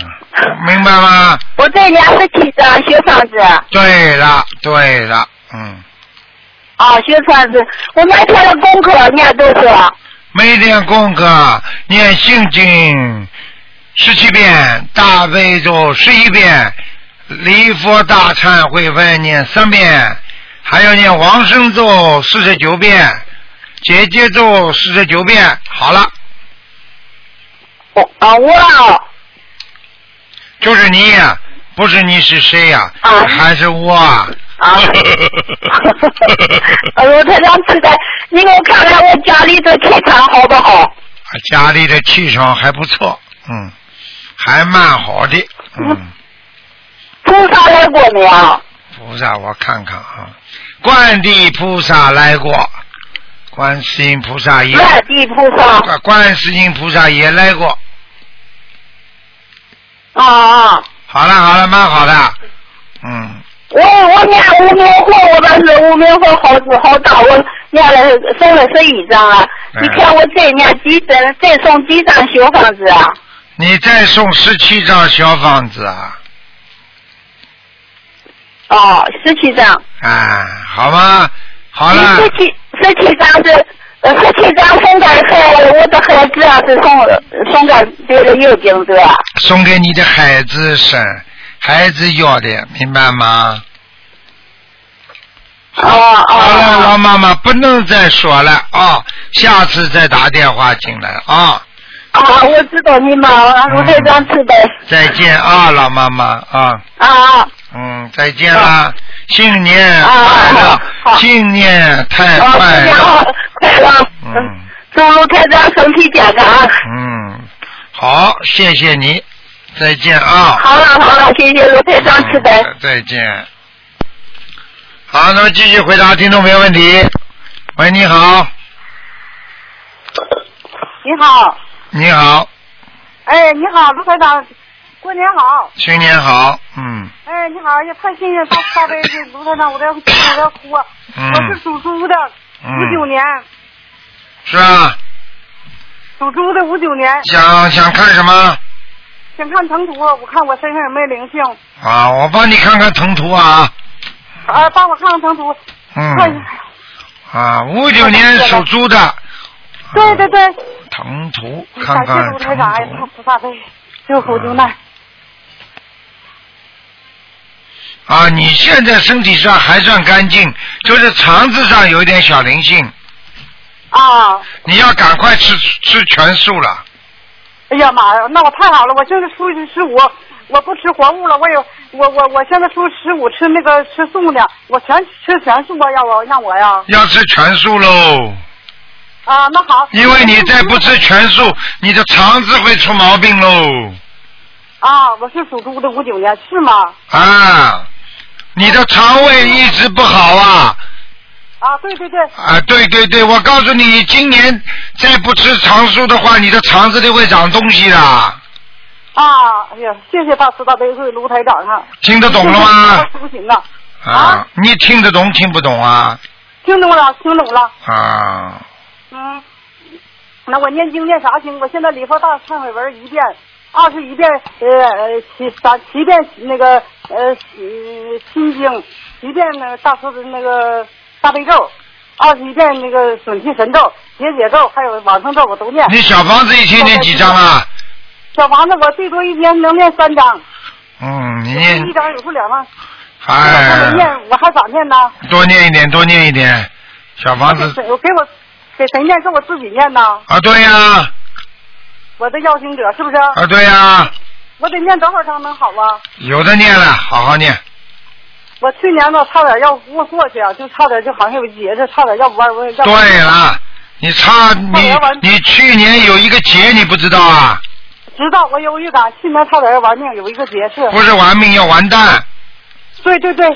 S1: 明白吗？
S5: 我再念十七张小房子，
S1: 对了对了，嗯，
S5: 啊，小房子，我每天的功课念多少？
S1: 每天功课念心经十七遍，大悲咒十一遍，礼佛大忏悔文念三遍，还要念往生咒四十九遍，结节咒四十九遍，好了。
S6: 我啊，哇，
S1: 就是你呀、不是你是谁呀、还是我啊？
S6: 啊哎呦，台长实在，你给我看看我家里的气场好不好？
S1: 家里的气场还不错，嗯，还蛮好的，嗯，
S6: 菩萨来过没啊？
S1: 菩萨我看看啊，观地菩萨来过，观世音菩萨也，
S6: 外地菩萨
S1: 观观世音菩萨也来过，
S6: 啊啊！
S1: 好了好了，蛮好的，嗯，
S6: 我我念无名火，我把这无名火好好大，我念了送了十一张了。
S1: 哎
S6: 你看我再念几张，再送几张小房子啊？
S1: 你再送十七张小房子啊，
S6: 哦，十七张。
S1: 啊，好吗？好
S6: 你
S1: 了，
S6: 十七十七张是呃十七张送给孩我的孩子啊，是送送给别的友情是吧？
S1: 送给你的孩子省，孩子要的，明白吗？
S6: 哦
S1: 好了，
S6: 哦
S1: 老妈妈不能再说了啊、下次再打电话进来啊、
S6: 啊！我知道你忙啊，
S1: 嗯
S6: 我非常吃的
S1: 再见啊、老妈妈啊、
S6: 啊
S1: 嗯，再见
S7: 啊
S1: 啦，新年快
S6: 啊！
S1: 乐，新年太
S6: 啊，
S1: 哎快
S6: 然
S1: 乐，
S6: 后快乐，
S1: 嗯
S6: 祝卢台长身体健康。啊
S1: 嗯，好，谢谢你，再见啊、
S6: 好了好了，谢谢卢台长吃的。
S1: 嗯再见。好，那么继续回答听众朋友问题。喂，你好，
S7: 你好，
S1: 你好，
S7: 哎，你好，卢台长，过年好。
S1: 新年好，嗯
S7: 哎，你好，哎呀，太谢谢大大悲的卢台长，我都要我都要哭啊。
S1: 嗯
S7: 我是属猪的，五九
S1: 嗯，
S7: 年，
S1: 是啊，
S7: 属猪的五九年，
S1: 想想看什么
S7: 想看腾图，我看我身上有没有灵性，
S1: 啊？我帮你看看腾图啊，
S7: 啊，帮我看看腾图。看
S1: 嗯啊，五九年属猪的
S7: 对对对，
S1: 腾图，看
S7: 感谢
S1: 看
S7: 卢台
S1: 腾
S7: 长，哎呀
S1: 图，
S7: 菩萨悲，救苦救难。
S1: 啊，你现在身体上还算干净，就是肠子上有一点小灵性，嗯
S7: 啊，
S1: 你要赶快吃吃全素了。
S7: 哎呀妈呀，那我太好了，我现在初一十五，我不吃活物了，我有我我我现在初十五吃那个吃素呢，我全吃全素啊，要我让我呀。
S1: 要吃全素喽，
S7: 啊，那好。
S1: 因为你再不吃全素，你的肠子会出毛病喽
S7: 啊，我是属猪的，五九年是吗？
S1: 啊！你的肠胃一直不好啊
S7: 啊，对对对，
S1: 啊！对对对，我告诉你，你今年再不吃长素的话，你的肠子里会长东西的，
S7: 啊，哎呀，谢谢大慈大悲会卢台长啊，
S1: 听得懂了 吗？
S7: 不行啊，
S1: 啊，你听得懂听不懂啊？
S7: 听懂了，听懂了，
S1: 啊，
S7: 嗯，那我念经念啥经？我现在礼佛大忏悔文一遍，二十一遍，呃呃七三七遍那个呃嗯心经，一遍那个大慈那个大悲咒，二十一遍那个准提神咒、解解咒，还有往生咒我都 念。
S1: 你小房子一天念几张 啊？
S7: 小房子，我最多一天能念三张，
S1: 嗯，你念
S7: 一，张有时候两张，我
S1: 哎
S7: 没，念，我还咋念呢？
S1: 多念一点，多念一点，小房
S7: 给
S1: 子
S7: 谁？我给我给谁念？是我自己念呢？
S1: 啊，对呀、
S7: 我的邀请者是不是？
S1: 啊，对呀、
S7: 我得念多少章能好啊？
S1: 有的念了，好好念。
S7: 我去年呢，差点要过过去啊，就差点就好像有节制，差点要不玩我要不
S1: 对了，你差你
S7: 要不然
S1: 你去年有一个劫，你不知道啊？
S7: 知道我有预感，去年差点要玩命，有一个节制。
S1: 不是玩命要完 蛋。
S7: 对对对。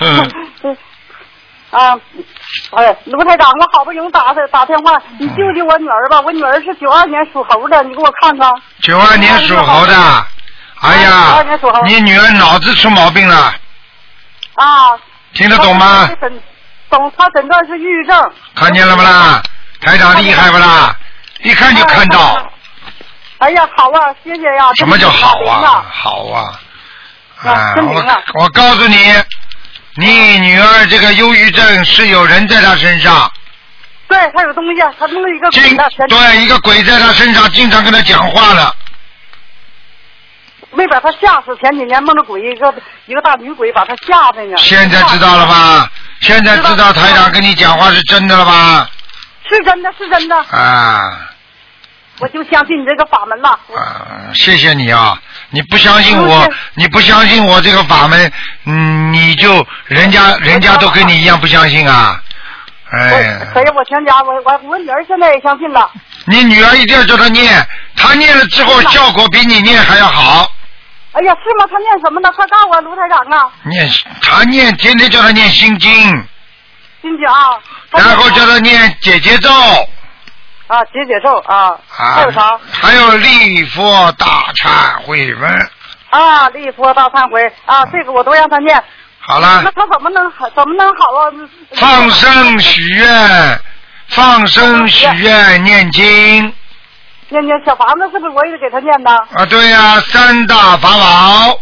S1: 嗯
S7: 对啊，哎，卢台长，我好不容易打的打电话，你救救我女儿吧！我女儿是九二年属猴的，你给我看看。
S1: 九二年属猴的，哎呀
S7: 92年属猴，
S1: 你女儿脑子出毛病了，
S7: 啊，
S1: 听得懂吗
S7: 她？诊懂，他诊断是抑郁症。
S1: 看见了不啦？台长厉害不啦？一看就看到，
S7: 哎呀，好啊，谢谢呀。
S1: 什么叫好
S7: 真是大
S1: 啊
S7: 灵？
S1: 好啊！
S7: 啊
S1: 啊，
S7: 真灵啊
S1: 我我告诉你，你女儿这个忧郁症是有人在她身上。
S7: 对，他有东西，他弄了一个
S1: 经
S7: 鬼的，全
S1: 对一个鬼在他身上经常跟他讲话了，
S7: 没把他吓死。前几年梦着鬼一个一个大女鬼把他吓的呢。
S1: 现在知道了吧？现在知道台长跟你讲话是真的了吧？
S7: 是真的，是真的，
S1: 啊
S7: 我就相信你这个法门了。
S1: 啊，谢谢你啊！你不相信
S7: 哦
S1: 我，你不相信我这个法门，嗯，你就人家
S7: 嗯
S1: 人家都跟你一样不相信啊！哎呀，
S7: 所以我全家我我我女儿现在也相信了。
S1: 你女儿一定要叫她念，她念了之后效果比你念还要好。
S7: 哎呀，是吗？她念什么呢？快告诉我，卢台长啊，
S1: 念她念，天天叫她念心经，
S7: 哦金姐啊。她
S1: 然后叫她念姐姐咒。
S7: 啊，解解咒啊。
S1: 啊，
S7: 还有啥？
S1: 还有礼佛大忏悔文。
S7: 啊，立波大忏悔啊，这个我都让她念。
S1: 好了
S7: 那，她怎么能好？怎么能好啊？
S1: 啊放生许愿，放生许愿念经
S7: 念念小房子是不是我也给她念的？
S1: 啊，对呀、三大法宝，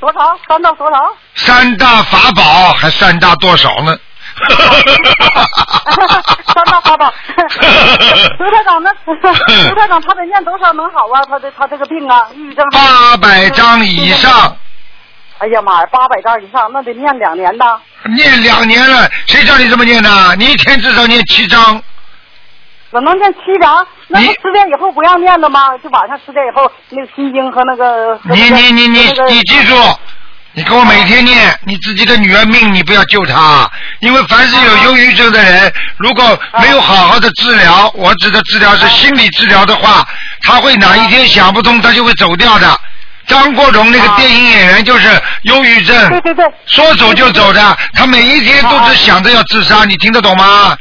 S7: 多少？三到多少？
S1: 三大法宝还三大多少呢？
S7: 三到八宝。卢台长，那卢台长他得念多少能好啊？他的他这个病啊，抑郁症。
S1: 八百张以上，
S7: 哎呀妈呀，八百张以上，那得念两年呐。
S1: 念两年了，谁叫你这么念的？你一天至少念七张，
S7: 我能念七张，那不十点以后不让念了吗？就晚上十点以后，那个心经和那个。和
S1: 你
S7: 那个
S1: 你你你
S7: 和那个
S1: 你记住，你给我
S7: 啊
S1: 每天念，你自己的女儿命你不要救她，因为凡是有
S7: 啊
S1: 忧郁症的人，如果没有好好的治疗，我指的治疗
S7: 啊
S1: 是心理治疗的话，他会哪一天想不通，他就会走掉的。张国荣那个电影演员就是忧郁症，
S7: 啊对对啊对，
S1: 说走就走的，他每一天都是想着要自杀，你听得懂吗？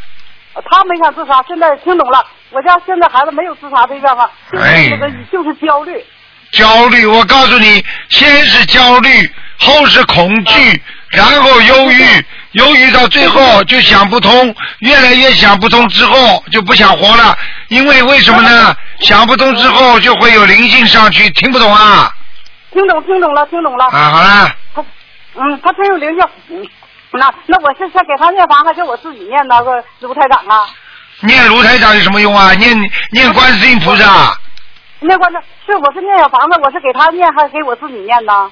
S7: 他没想自杀，现在听懂了。我家现在孩子没有自杀的愿望，就是那个
S1: 哎
S7: 就是焦虑。
S1: 焦虑，我告诉你，先是焦虑，后是恐惧，然后忧郁，忧郁到最后就想不通，越来越想不通之后就不想活了，因为为什么呢？想不通之后就会有灵性上去，听不懂啊？
S7: 听懂听懂了听懂了。
S1: 啊，好啦，
S7: 嗯，他真有灵性。嗯那那我是先给他念房，还是我自己念呢？个卢台长啊，
S1: 念卢台长有什么用啊？念念观世音菩萨，
S7: 念关键是我是念小房子，我是给他念，还是给我自己念呢？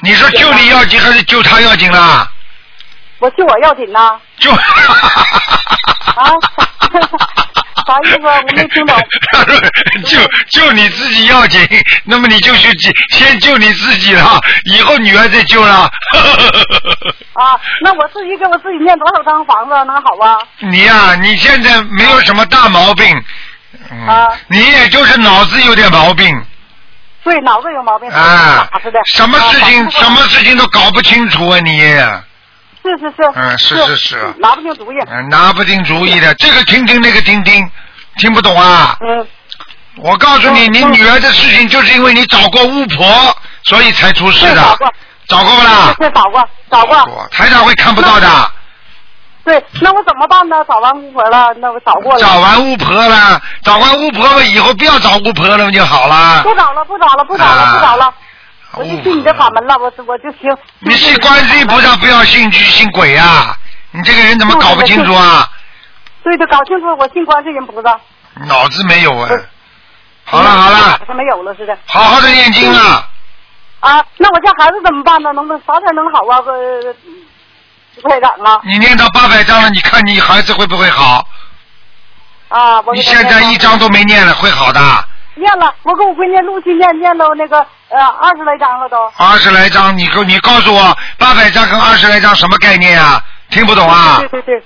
S1: 你说救你要紧还是救他要紧啦？
S7: 我救我要紧呢。
S1: 救
S7: 啊？ 啥意思啊？我没 听懂。
S1: 救救你自己要紧，那么你就去救先救你自己了，以后女儿再救了。
S7: 啊，那我自己给我自己念多少张房子能好啊？
S1: 你呀、你现在没有什么大毛病，嗯，
S7: 啊
S1: 你也就是脑子有点毛病
S7: 对，脑子有毛病。
S1: 啊
S7: 打死的，
S1: 什么事
S7: 啊
S1: 情
S7: 打死的
S1: 什么事情都搞不清楚啊你，
S7: 是是是。
S1: 嗯是是是
S7: 拿不定主意。
S1: 嗯拿不定主意的，这个听听那个听听，听不懂啊？
S7: 嗯。
S1: 我告诉你，
S7: 嗯
S1: 你
S7: 嗯
S1: 女儿的事情就是因为你找过巫婆，所以才出事的。找过不啦？
S7: 对，找过，找过。
S1: 台长会看不到的。
S7: 对，那我怎么办呢？找完巫婆了，那我找过了。
S1: 找完巫婆了，找完巫婆了以后不要找巫婆了就好了
S7: 不。找了，不找了，不找了，
S1: 啊
S7: 不找了。我就信你的法门了，我我就行。
S1: 哦你信观世音菩萨，不要信居信鬼啊！你这个人怎么搞不清楚啊？
S7: 对对，搞清楚，我信观世音菩萨。
S1: 脑子没有啊！
S7: 嗯
S1: 好了好了，，
S7: 他没有了似的。
S1: 好好的念经
S7: 嗯
S1: 啊！
S7: 啊，那我家孩子怎么办呢？能不能啥才能好啊？呃，台长啊
S1: 你念到八百章了，你看你孩子会不会好？
S7: 啊！我
S1: 你现在一章都没念了，会好的。
S7: 念了，我给我闺女陆续念念了那个呃二十来章了都。
S1: 二十来章，你跟你告诉我，八百章跟二十来章什么概念啊？听不懂啊？
S7: 对对对，对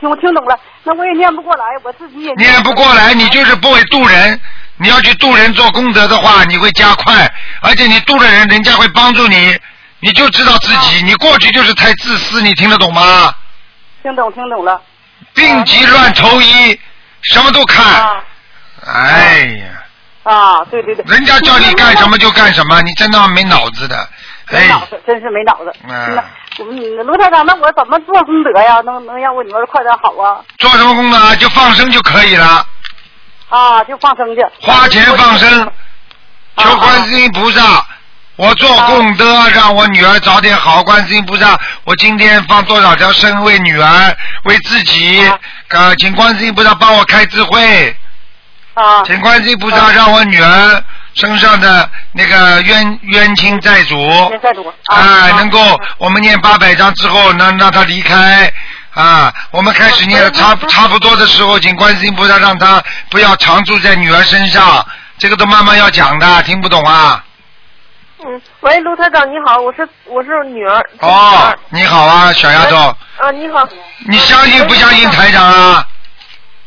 S7: 听我听懂了，那我也念不过来，我自己也
S1: 念不过来，你就是不会渡人。你要去渡人做功德的话，你会加快，而且你渡了人，人家会帮助你，你就知道自己。你过去就是太自私，你听得懂吗？
S7: 听懂听懂了。
S1: 病急乱投医，什么都看。哎呀，
S7: 啊，对对对。
S1: 啊人家叫你干什么就干什么，你真的没脑子的。
S7: 没
S1: 哎，
S7: 脑子，真是没脑子。
S1: 嗯
S7: 嗯，卢台长，那我怎么做功德呀？能能让我女儿快点好啊？
S1: 做什么功德啊就放生就可以了，
S7: 啊，就放生去。
S1: 花钱放生，
S7: 啊
S1: 求观世音菩萨。我做功德，让我女儿早点好。观世音菩萨，我今天放多少条生为女儿，为自己，
S7: 啊
S1: 呃，请观世音菩萨帮我开智慧。
S7: 啊。
S1: 请观世音菩萨让我女儿身上的那个冤冤亲债主，
S7: 现在我
S1: 啊，能够我们念八百章之后，能让他离开啊。我们开始念了差差不多的时候，请观世音菩萨让他不要常住在女儿身上，这个都慢慢要讲的，听不懂啊？
S8: 嗯，喂，卢台长你好，我是我是女儿。
S1: 哦，你好啊，小丫头，
S8: 啊，你好。
S1: 你相信不相信台长啊？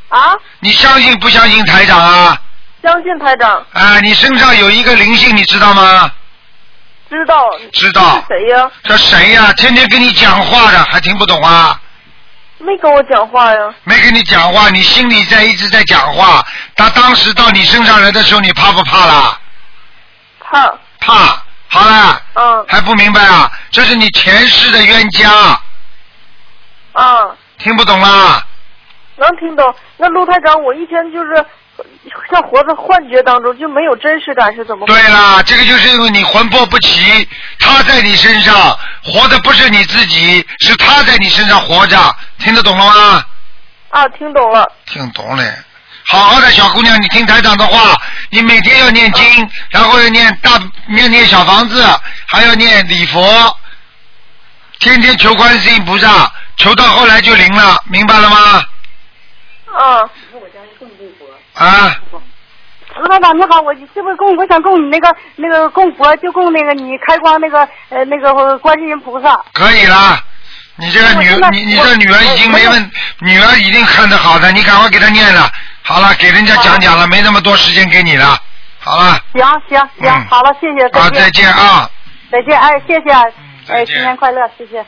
S8: 啊，
S1: 你相信不相信台长啊？
S8: 相信台长
S1: 啊，你身上有一个灵性，你知道吗？
S8: 知道。
S1: 知道
S8: 是谁呀？
S1: 这谁呀、天天跟你讲话的，还听不懂啊？
S8: 没跟我讲话呀。
S1: 没跟你讲话，你心里在一直在讲话。他当时到你身上来的时候，你怕不怕啦？
S8: 怕。
S1: 怕，好了。
S8: 嗯。
S1: 还不明白啊？这是你前世的冤家，
S8: 啊，
S1: 听不懂啦？
S8: 能听懂。那卢台长，我一天就是呃像活在幻觉当中，就没有真实感，是怎么回
S1: 对
S8: 事？
S1: 啦，这个就是因为你魂魄不齐，他在你身上活的不是你自己，是他在你身上活着，听得懂了吗？
S8: 啊，听懂了。
S1: 听懂了。好好的小姑娘，你听台长的话，
S7: 嗯
S1: 你每天要念经，然后要念大念念小房子，还要念礼佛，天天求观世音菩萨，求到后来就灵了，明白了吗？
S8: 啊，
S1: 啊，
S7: 卢台长你好，我这不是供我想供你那个那个供佛，就供那个你开光那个呃那个观世音菩萨。
S1: 可以啦。你这个女
S7: 我现在，
S1: 你你
S7: 我
S1: 这女儿已经没问，女儿已经看得好的，你赶快给她念了。好了，给人家讲讲了，没那么多时间给你了。好了，
S7: 行行行，
S1: 嗯
S7: 好了，谢谢，
S1: 啊，再见啊。
S7: 再见，哎，谢谢，
S1: 再
S7: 哎，
S1: 见
S7: 新年快乐，谢谢。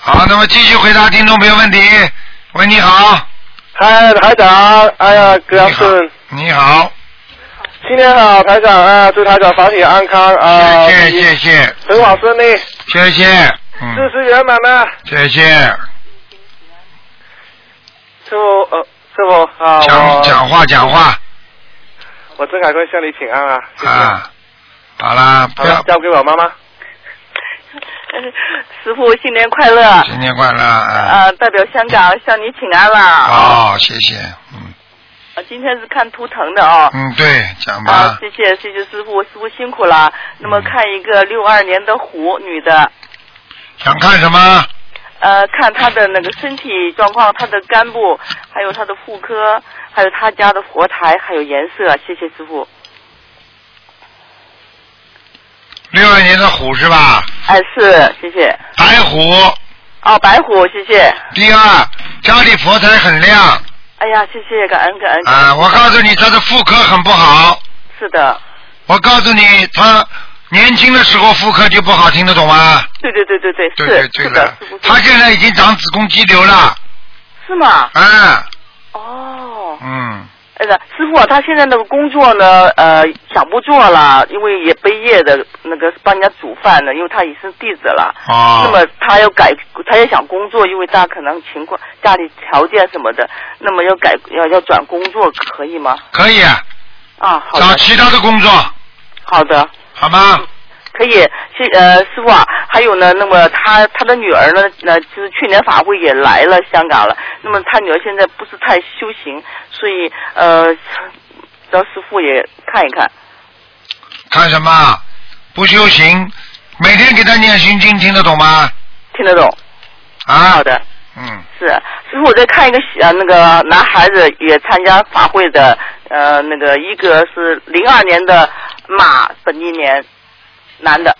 S1: 好，那么继续回答听众朋友问题。喂，你好，
S9: 嗨，台长，哎呀，格阿顺，
S1: 你好，
S9: 新年好，台长啊，祝台长身体安康啊，
S1: 谢谢谢谢
S9: 很好顺利，
S1: 谢谢，嗯，
S9: 事事圆满呢。
S1: 谢谢，
S9: 师傅，呃，师傅啊，
S1: 讲
S9: 我
S1: 讲话讲话
S9: 我郑海坤向你请安啊，谢谢
S1: 啊，好啦，
S9: 好
S1: 不
S9: 了
S1: 要，
S9: 交给我妈妈。
S2: 师傅新年快乐！
S1: 新年快乐啊！
S2: 呃，代表香港向你请安
S9: 啊
S2: 啦！
S1: 哦，谢谢，嗯
S2: 啊，今天是看图腾的哦。
S1: 嗯，对，讲
S2: 啊
S1: 吧，，
S2: 谢谢谢谢师傅，师傅辛苦了。
S1: 嗯
S2: 那么看一个六二年的虎女的，
S1: 想看什么？
S2: 呃，看她的那个身体状况，她的肝部，还有她的妇科，还有她家的佛台，还有颜色。谢谢师傅。
S1: 六二年的虎是吧？
S2: 哎，是，谢谢。
S1: 白虎。
S2: 哦，白虎，谢谢。
S1: 第二，家里佛台很亮
S2: 哎呀，谢谢，感恩感恩。
S1: 啊！我告诉你，他的妇科很不好。
S2: 是的，
S1: 我告诉你，他年轻的时候妇科就不好，听得懂吗？
S2: 对对对对对，
S1: 对
S2: 是
S1: 对对
S2: 是的
S1: 了，
S2: 师傅，
S1: 他现在已经长子宫肌瘤了，
S2: 是吗？
S1: 啊，
S2: 哦。
S1: 嗯，
S2: 哎呀，师傅啊，他现在那个工作呢，呃，想不做了，因为也背业的那个帮人家煮饭呢，因为他已是弟子了。那
S1: 哦，
S2: 么他要改，他也想工作，因为他可能情况、家里条件什么的，那么要改要要转工作，可以吗？
S1: 可以啊
S2: 啊，好
S1: 找
S2: 的，嗯
S1: 其他的工作，
S2: 好的，
S1: 好吗？
S2: 可以。谢呃，师傅啊，还有呢，那么他他的女儿呢，呃，就是去年法会也来了香港了，那么他女儿现在不是太修行，所以呃，让师傅也看一看。
S1: 看什么？不修行，每天给他念心经，听得懂吗？
S2: 听得懂。
S1: 啊
S2: 好，的，
S1: 嗯，
S2: 是师傅，我在看一个小呃那个男孩子也参加法会的，呃，那个一个是零二年的马，本命年，男的，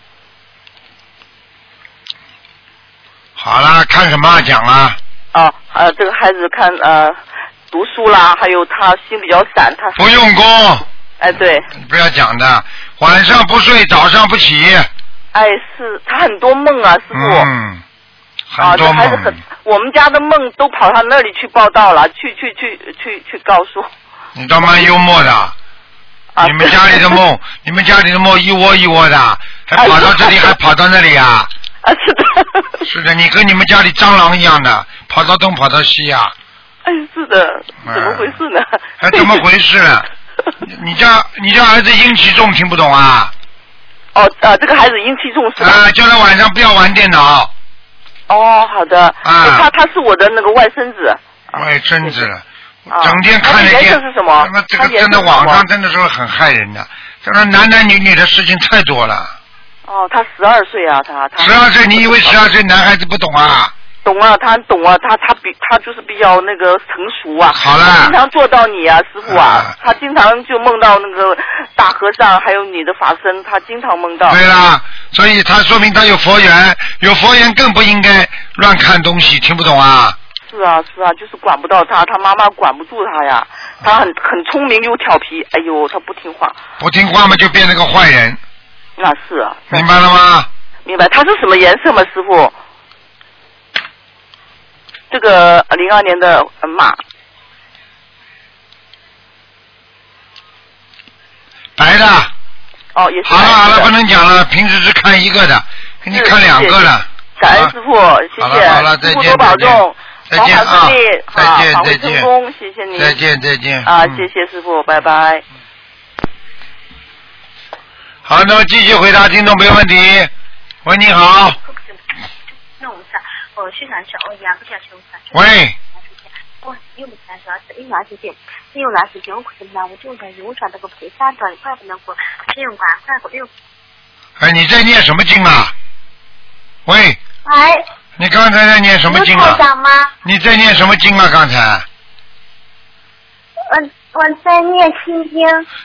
S1: 好啦，看什么讲啦？
S2: 啊，呃，这个孩子看呃读书啦，还有他心比较散，他
S1: 不用功，
S2: 哎对，
S1: 你不要讲的，晚上不睡，早上不起，
S2: 哎是他很多梦啊，师傅。
S1: 嗯，
S2: 啊，
S1: 很
S2: 这
S1: 多
S2: 孩子很
S1: 梦，，
S2: 我们家的梦都跑他那里去报道了，去去去去去告诉。
S1: 你倒蛮幽默的。
S2: 啊
S1: 你们家里的梦， 你们家里的梦一窝一窝的，
S2: 哎
S1: 还跑到这里，还跑到那里啊？
S2: 啊，是的，
S1: 是的，你跟你们家里蟑螂一样的，跑到东跑到西呀、
S2: 哎，是的，怎么回事呢？
S1: 还嗯怎么回事 呢？你你家你家儿子阴气重，听不懂啊？
S2: 哦，呃，这个孩子阴气重是吧？
S1: 啊，叫他晚上不要玩电
S2: 啊
S1: 脑，
S2: 哦，好的。
S1: 啊
S2: 他他是我的那个外甥子。
S1: 哎外孙子了。
S2: 啊，
S1: 整天看着
S2: 他的
S1: 电
S2: 颜色是什么？
S1: 那么这个
S2: 他颜
S1: 真
S2: 色
S1: 的
S2: 是什
S1: 网
S2: 么
S1: 上真的是很害人的，这个男男女女的事情太多了。
S2: 哦，他十二岁啊，他他
S1: 十二岁，你以为十二岁男孩子不懂啊？
S2: 懂啊，他懂啊，他他比他就是比较那个成熟啊。好了，经常做到你啊，师傅啊，他经常就梦到那个大和尚，还有你的法身，他经常梦到。
S1: 对啦，所以他说明他有佛缘，有佛缘更不应该乱看东西，听不懂啊？
S2: 是啊，是啊，就是管不到他，他妈妈管不住他呀。他很很聪明又调皮，哎呦，他不听话。
S1: 不听话嘛就变了个坏人，
S2: 那是啊，
S1: 明白了吗？
S2: 明白。他是什么颜色吗，师傅？这个零二年的呃马，
S1: 白的，
S2: 哦，也是。
S1: 好了好了，不能讲了，平时只看一个的，给
S2: 嗯
S1: 你看两个了。
S2: 感恩师傅，谢
S1: 好
S2: 谢，
S1: 了好了，再
S2: 师傅
S1: 见
S2: 多
S1: 再
S2: 保
S1: 见
S2: 重，
S1: 再见
S2: 法
S1: 啊
S2: 顺利，，
S1: 再见
S2: 啊，法
S1: 再
S2: 会成
S1: 见，
S2: 功，谢谢您，
S1: 再见再见
S2: 啊，
S1: 嗯
S2: 谢谢师傅，拜拜。
S1: 好，那么继续回答听众朋友问题。喂，你好，
S5: 那我们哦上，我去南小，我压不下去，我想
S1: 喂，
S5: 我哦又没三十二岁，又拿起点，又拿起九块钱拿，我就在油上那个陪三短快不能过，用完快过又。
S1: 哎，你在念什么经啊？喂，
S5: 哎，
S1: 你刚才在念什么经啊？
S5: 长吗？
S1: 你在念什么经啊？刚才
S5: 嗯，我在念心经。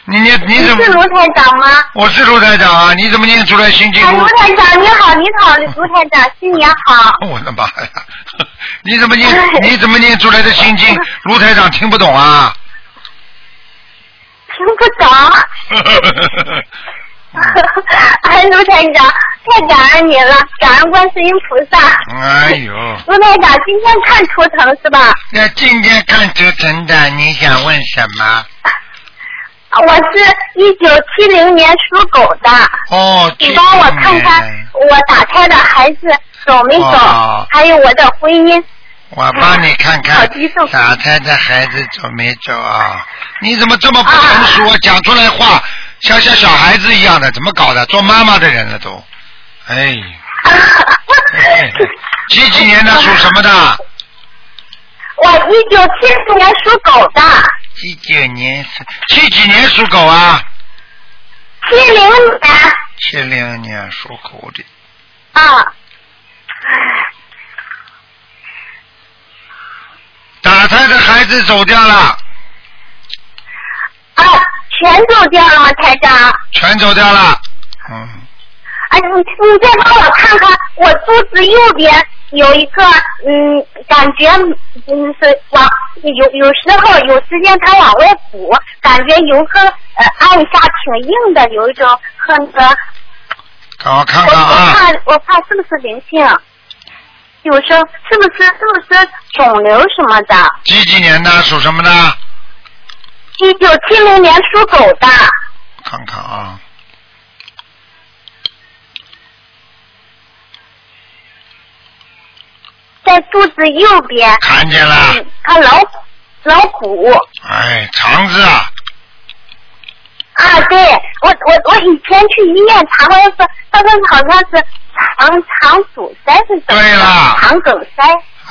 S1: 你念你怎么？
S5: 是卢台长吗？
S1: 我是卢台长啊，你怎么念出来心经？
S5: 哎，卢台长你好，你好，卢台长，新年好。
S1: 我的妈呀！ 你怎么念？
S5: 哎
S1: 你怎么念出来的心经？卢台长听不懂 啊！
S5: 听不懂。 哎，卢台长，太感恩您了，感恩观世音菩萨。
S1: 哎呦，
S5: 卢台长，今天看图腾是吧？
S1: 那今天看图腾的，你想问什么？
S5: 我是一九七零年属狗的。
S1: 哦，
S5: 你帮我看看我打胎的孩子走没走，
S1: 哦
S5: 还有我的婚姻。
S1: 我帮你看
S5: 嗯
S1: 看，打胎的孩子走没走啊？你怎么这么不成熟啊？讲出来话像像小孩子一样的，怎么搞的？做妈妈的人了都，哎， 几几年的属什么的？
S5: 我一九七零年属狗的，
S1: 七九年属七几年属狗啊？
S5: 七零年
S1: 七零年属狗的，
S5: 啊，
S1: 打胎的孩子走掉了，
S5: 啊全走掉了吗，台长？
S1: 全走掉了。嗯
S5: 哎，你你再帮我看看，我肚子右边有一个嗯，感觉嗯是往有有时候有时间它往外鼓，感觉有个呃按一下挺硬的，有一种和那个
S1: 看我看
S5: 我
S1: 看
S5: 我
S1: 啊，
S5: 怕我怕是不是灵性？有时候是不是是不是肿瘤什么的？
S1: 几几年的属什么的？
S5: 一九七零年属狗的，
S1: 看看啊。
S5: 在肚子右边。嗯
S1: 看见了。
S5: 它老老鼓
S1: 哎，肠子啊，
S5: 啊！对我我我以前去医院查过，说他说好像是肠肠阻塞是怎么？对了，肠梗塞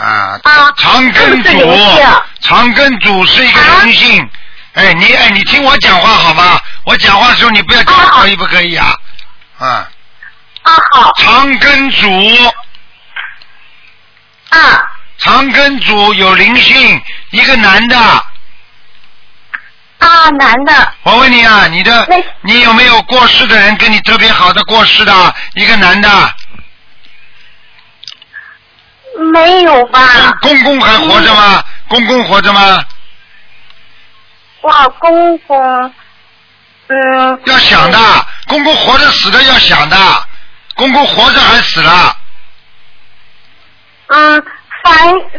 S1: 啊，
S5: 啊，
S1: 肠
S5: 是
S1: 梗
S5: 不
S1: 阻
S5: 是灵性？，
S1: 肠梗阻是一个灵性。哎，你哎，你听我讲话好吗？我讲话的时候你不要讲，可以不可以啊？啊。
S5: 啊好。
S1: 肠梗阻。
S5: 啊。
S1: 肠梗阻有灵性，一个男的。
S5: 啊，男的。
S1: 我问你啊，你的你有没有过世的人跟你特别好的过世的一个男的？
S5: 啊没有吧？
S1: 公公还活着吗？
S5: 嗯
S1: 公公活着吗？
S5: 哇，公公，嗯。
S1: 要想的，公公活着死的要想的，公公活着还死了，
S5: 嗯，反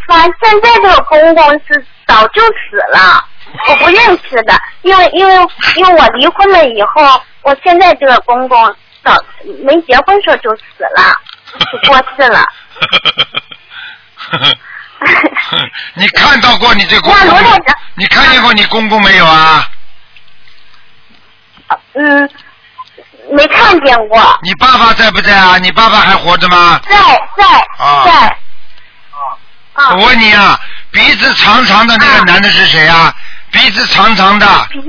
S5: 反现在这个公公是早就死了，我不认识的，因为因为因为我离婚了以后，我现在这个公公早没结婚时候就死了，就过世了。
S1: 你看到过你这公公？你看见过你公公没有啊？
S5: 嗯，没看见过。
S1: 你爸爸在不在啊？你爸爸还活着吗？
S5: 在在啊
S1: 啊。
S5: 在。
S1: 我问你啊，比鼻子长长的那个男的是谁啊？鼻子长长的，
S5: 鼻子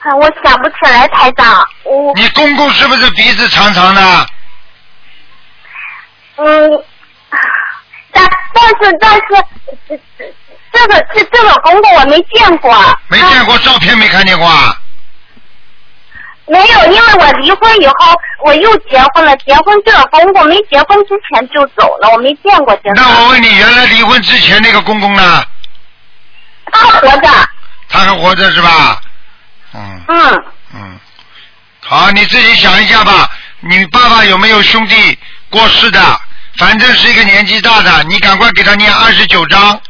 S5: 啊，我想不起来台长，我
S1: 你公公是不是鼻子长长的？
S5: 嗯，啊但但是但是这这这个这这种公公我没见过，啊
S1: 没见过照片，没看见过啊？
S5: 没有，因为我离婚以后我又结婚了，结婚这个公公没结婚之前就走了，我没见过这个。
S1: 那我问你，原来离婚之前那个公公呢？
S5: 他活着。
S1: 他还活着是吧？嗯
S5: 嗯
S1: 嗯，好，你自己想一下吧。你爸爸有没有兄弟过世的？反正是一个年纪大的，你赶快给他念二十九章。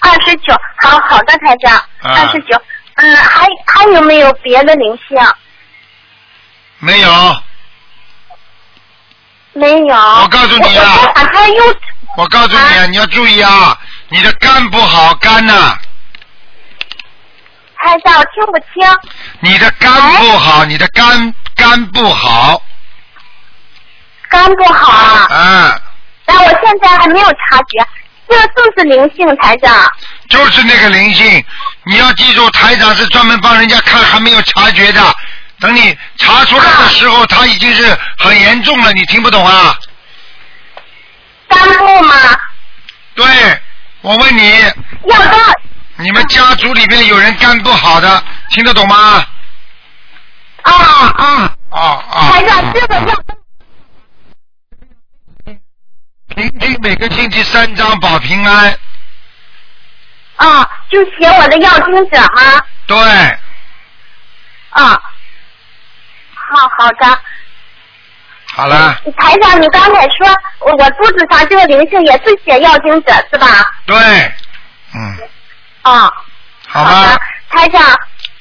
S5: 二十九，好好的台长，
S1: 啊
S5: 二十九。嗯，还还有没有别的灵性？
S1: 没有，
S5: 没有。我
S1: 告诉你
S5: 我
S1: 啊，
S5: 把他又
S1: 我告诉你啊，你要注意啊，你的肝不好，肝呐、
S5: 台长听不清。
S1: 你的肝不好，你的肝肝不好，
S5: 肝不好啊。
S1: 嗯。
S5: 但我现在还没有察觉，这就是灵性台长。
S1: 就是那个灵性。你要记住，台长是专门帮人家看还没有察觉的，等你查出来的时候，他已经是很严重了，你听不懂啊？
S5: 肝部吗？
S1: 对，我问你。
S5: 要到。
S1: 你们家族里边有人肝不好的，听得懂吗？
S5: 啊啊
S1: 啊啊！
S5: 台长，这个要
S1: 平均每个星期三张保平安。
S5: 啊，就写我的要经者吗？
S1: 对，
S5: 啊。好好的。
S1: 好了，
S5: 台长，你刚才说我我肚子上这个灵性也是写药经者是吧？
S1: 对，嗯
S5: 啊、
S1: 好吧，
S5: 台长，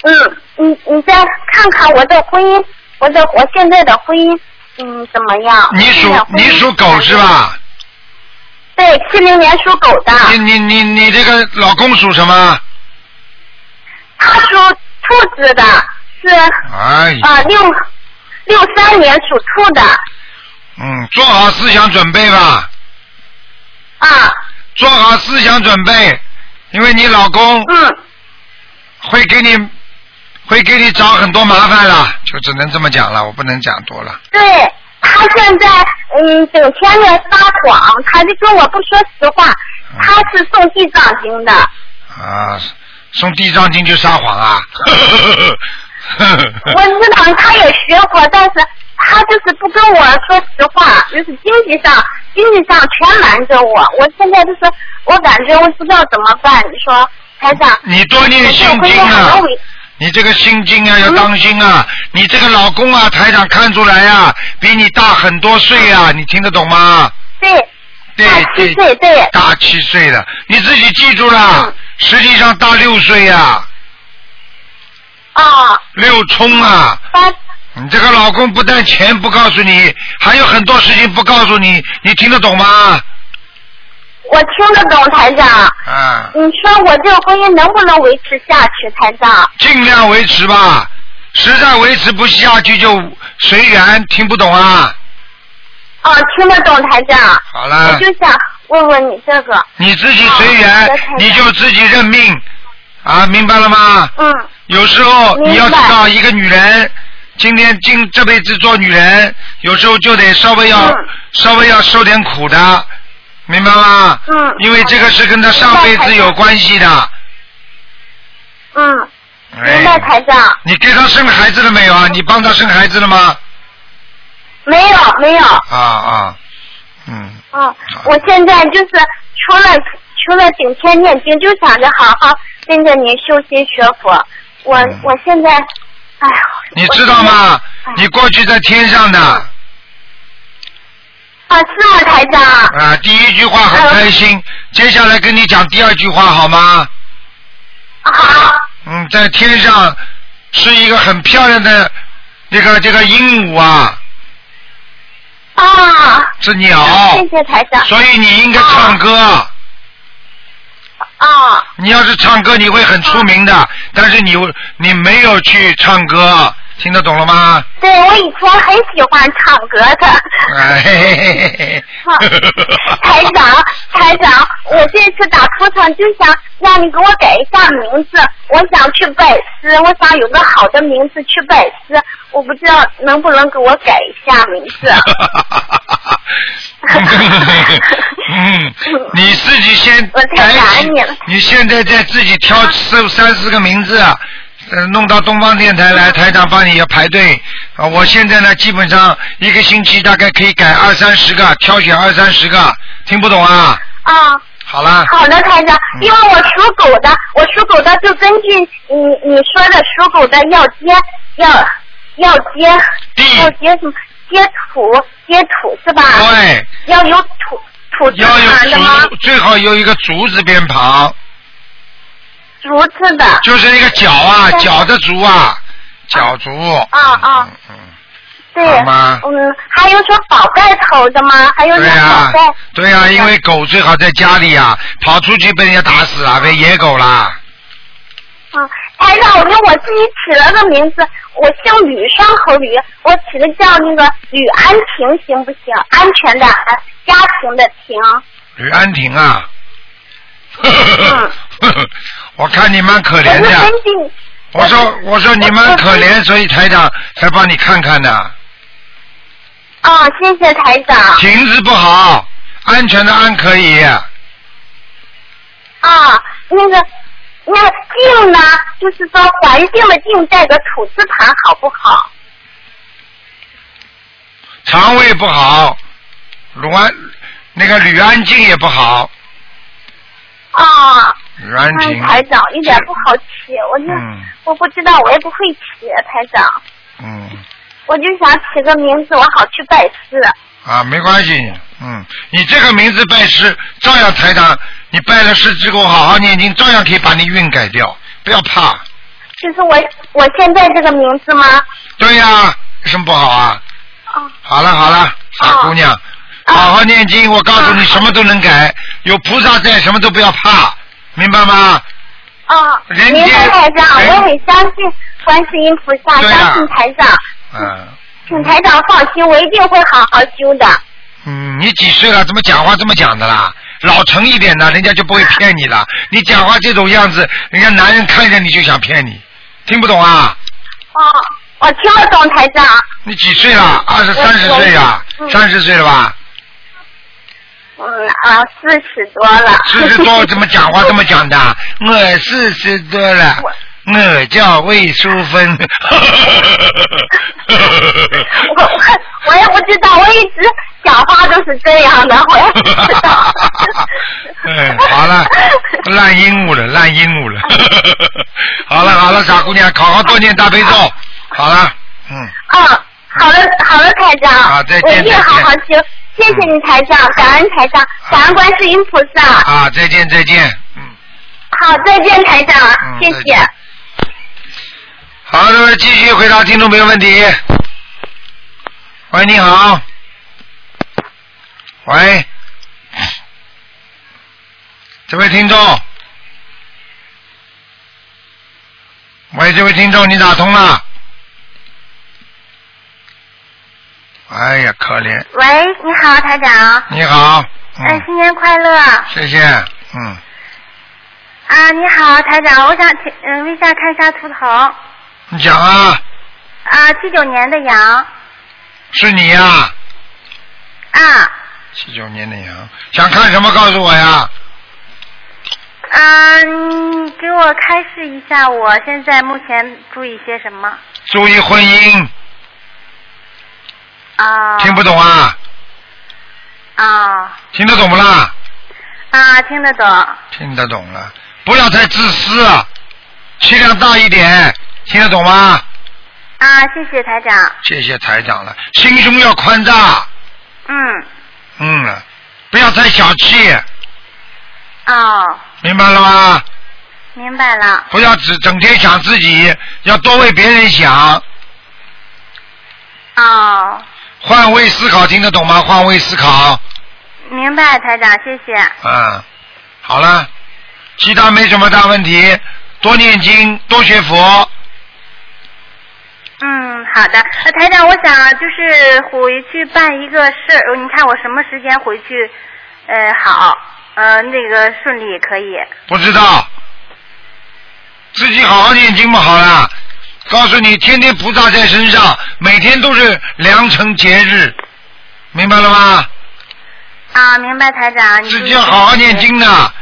S5: 嗯，你你再看看我的婚姻，我的我现在的婚姻，嗯，怎么样？
S1: 你属
S5: 现在婚
S1: 你
S5: 姻
S1: 属狗是吧？
S5: 对，七零年属狗的，
S1: 你你你你这个老公属什么？
S5: 他属兔子的，是
S1: 哎，
S5: 啊、六六三年属兔的，
S1: 嗯，做好思想准备吧。
S5: 啊。
S1: 做好思想准备，因为你老公
S5: 嗯
S1: 会给你会给你找很多麻烦了，就只能这么讲了，我不能讲多了。
S5: 对他现在嗯整天在撒谎，他就跟我不说实话，
S1: 嗯
S5: 他是送地藏经的。
S1: 啊，送地藏经就撒谎啊？ 嗯
S5: 我知道他也学过，但是他就是不跟我说实话，就是经济上经济上全瞒着我。我现在就是我感觉我不知道怎么办，你说台长？
S1: 你多念心
S5: 我现
S1: 经
S5: 在
S1: 啊
S5: 很委！
S1: 你这个心经啊，要当心啊！你这个老公啊，台长看出来啊，比你大很多岁啊，你听得懂吗？
S5: 对，
S1: 对对
S5: 对对，
S1: 大七岁的，你自己记住了，
S5: 嗯
S1: 实际上大六岁呀、
S5: 啊。
S1: 六冲啊！你这个老公不但钱不告诉你，还有很多事情不告诉你，你听得懂吗？
S5: 我听得懂台长，
S1: 啊，
S5: 你说我这个婚姻能不能维持下去，台长？
S1: 尽量维持吧，实在维持不下去就随缘，听不懂啊？
S5: 哦，听得懂台长。
S1: 好
S5: 我
S1: 了
S5: 就，想问问你这个。
S1: 你自己随缘
S5: 啊我觉得太，
S1: 你就自己认命啊，明白了吗？
S5: 嗯。
S1: 有时候
S5: 明白
S1: 你要知道，一个女人今天今这辈子做女人，有时候就得稍微要、
S5: 嗯
S1: 稍微要受点苦的，明白吗？
S5: 嗯。
S1: 因为这个是跟她上辈子有关系的。
S5: 嗯，明白
S1: 哎，
S5: 台长。
S1: 你给她生孩子了没有啊？你帮她生孩子了吗？
S5: 没有没有，
S1: 啊啊，嗯。
S5: 嗯，我现在就是除了除了整天念经，就想着好好跟着您修心学佛。我、我现在，哎呀，
S1: 嗯你知道吗？你过去在天上的
S5: 嗯啊，是吗，台长？
S1: 啊，第一句话很开
S5: 哎
S1: 心，接下来跟你讲第二句话好吗？嗯，在天上是一个很漂亮的这个这个鹦鹉啊，
S5: 啊，
S1: 是鸟，
S5: 谢哦谢台长。
S1: 所以你应该唱歌。
S5: 啊。哦
S1: 你要是唱歌，你会很出名的，但是你你没有去唱歌，听得懂了吗？
S5: 对，我以前很喜欢唱歌的。
S1: 哎，嘿嘿嘿嘿嘿
S5: 好 台长，台长，我这次打头疼，就想让你给我改一下名字。我想去拜师，我想有个好的名字去拜师，我不知道能不能给我改一下名 字。
S1: 嗯，你自己先
S5: 我太感恩你了。
S1: 你现在在自己挑四三四个名字啊，呃，弄到东方电台来，台长帮你要排队。啊，我现在呢，基本上一个星期大概可以改二三十个，挑选二三十个，听不懂啊？
S5: 啊、
S1: 好啦，
S5: 好的，台长，
S1: 嗯
S5: 因为我属狗的，我属狗的就根据你你说的属狗的要接要要接要接什么接土接土是吧？
S1: 对，
S5: 要有土土字
S1: 要有
S5: 旁的吗？
S1: 竹，最好有一个竹字边旁，
S5: 竹字的。
S1: 就是那个脚啊，脚的竹啊，脚竹。
S5: 啊啊。对，
S1: 好吗
S5: 嗯，还有说宝盖头的吗？还有
S1: 对啊
S5: 两
S1: 呀、
S5: 宝盖。
S1: 对呀、因为狗最好在家里啊，跑出去被人家打死啊，被野狗啦。
S5: 啊，台长，我给我自己起了个名字，我姓吕，双口吕，我起的叫那个吕安平，行不行？安全的安，家庭的庭。
S1: 吕安婷啊，嗯 我看你蛮可
S5: 我
S1: 怜
S5: 是根
S1: 的。
S5: 据你
S1: 我说我说你蛮可怜，所以台长才帮你看看的。
S5: 啊，谢谢台长。
S1: 停字不好，安全的安可以。
S5: 啊，那个那个静呢，就是说怀孕的静带个土字旁，好不好？
S1: 肠胃不好，鲁安那个吕安静也不好，
S5: 啊，
S1: 吕安
S5: 哎
S1: 婷，
S5: 台长一点不好起，我就、
S1: 嗯
S5: 我不知道，我也不会起，台长，
S1: 嗯
S5: 我就想起个名字，我好去拜师。
S1: 啊，没关系，嗯，你这个名字拜师照样台长，你拜了师之后好好念经，照样可以把你运改掉，不要怕。
S5: 就是我我现在这个名字吗？
S1: 对呀、有什么不好啊？好了好了，傻姑娘，好好念经，我告诉你，什么都能改，有菩萨在，什么都不要怕，明白吗？
S5: 啊，
S1: 人
S5: 明白
S1: 间
S5: 台长，我很相信观世音菩萨，
S1: 对啊
S5: 相信台长，
S1: 嗯
S5: 请台长放心，我一定会好好修的。
S1: 嗯，你几岁了？怎么讲话这么讲的啦？老成一点的，人家就不会骗你了。你讲话这种样子，人家男人看见你就想骗你，听不懂啊？
S5: 哦，我听得懂台长，
S1: 你几岁了？二十三十岁呀、
S5: 嗯
S1: 三十岁了吧？
S5: 嗯啊，四十多了。
S1: 四十 多怎么讲话这么讲的？我四十多了，我叫魏淑芬。
S5: 我我我也不知道，我一直讲话都是这样的，我也不知 道。
S1: 嗯，好了，烂鹦鹉了，烂鹦鹉了。好了好了，傻姑娘，好好多念大悲咒。好了，嗯，
S10: 啊
S5: 嗯，好的好的，台长，
S1: 好再见嗯
S5: 我一定好好修。谢谢你，台长，感恩台长，感恩观世音菩萨。
S1: 啊，再见再见。嗯
S5: 好，再见，台长，谢谢。
S1: 好，那么继续回答听众朋友问题。喂，你好。喂，这位听众。喂，这位听众，你打通了。哎呀，可怜。
S10: 喂，你好，台长。
S1: 你好，嗯
S10: 哎，新年快乐啊！
S1: 谢谢。嗯，
S10: 你好，台长，我想请嗯问一下看一下图腾啊，
S1: 你讲啊，
S10: 七九年的羊
S1: 是你呀、
S10: 啊
S1: 七九年的羊，想看什么告诉我呀？
S10: 啊，你给我开示一下，我现在目前注意些什么
S1: 注意婚姻，
S10: 啊？
S1: 听不懂啊？
S10: 啊
S1: 听得懂不啦？
S10: 啊，听得懂
S1: 听得懂了，不要太自私，啊，气量大一点，听得懂吗？
S10: 啊，谢谢台长。
S1: 谢谢台长了，心胸要宽大，
S10: 嗯，
S1: 嗯了，不要太小气，
S10: 哦，
S1: 明白了吗？
S10: 明白了。
S1: 不要只整天想自己，要多为别人想，
S10: 哦，
S1: 换位思考，听得懂吗？换位思考，
S10: 明白，台长，谢谢。
S1: 啊，好了，其他没什么大问题，多念经，多学佛，
S10: 嗯，
S5: 嗯，好的。呃，台长，我想就是回去办一个事儿，呃你看我什么时间回去，呃，好，呃，那个顺利可以。
S1: 不知道，自己好好念经嘛，好了。告诉你，天天菩萨在身上，每天都是良辰节日，明白了吗？
S5: 啊，明白，台长。
S1: 自己要好好念经的。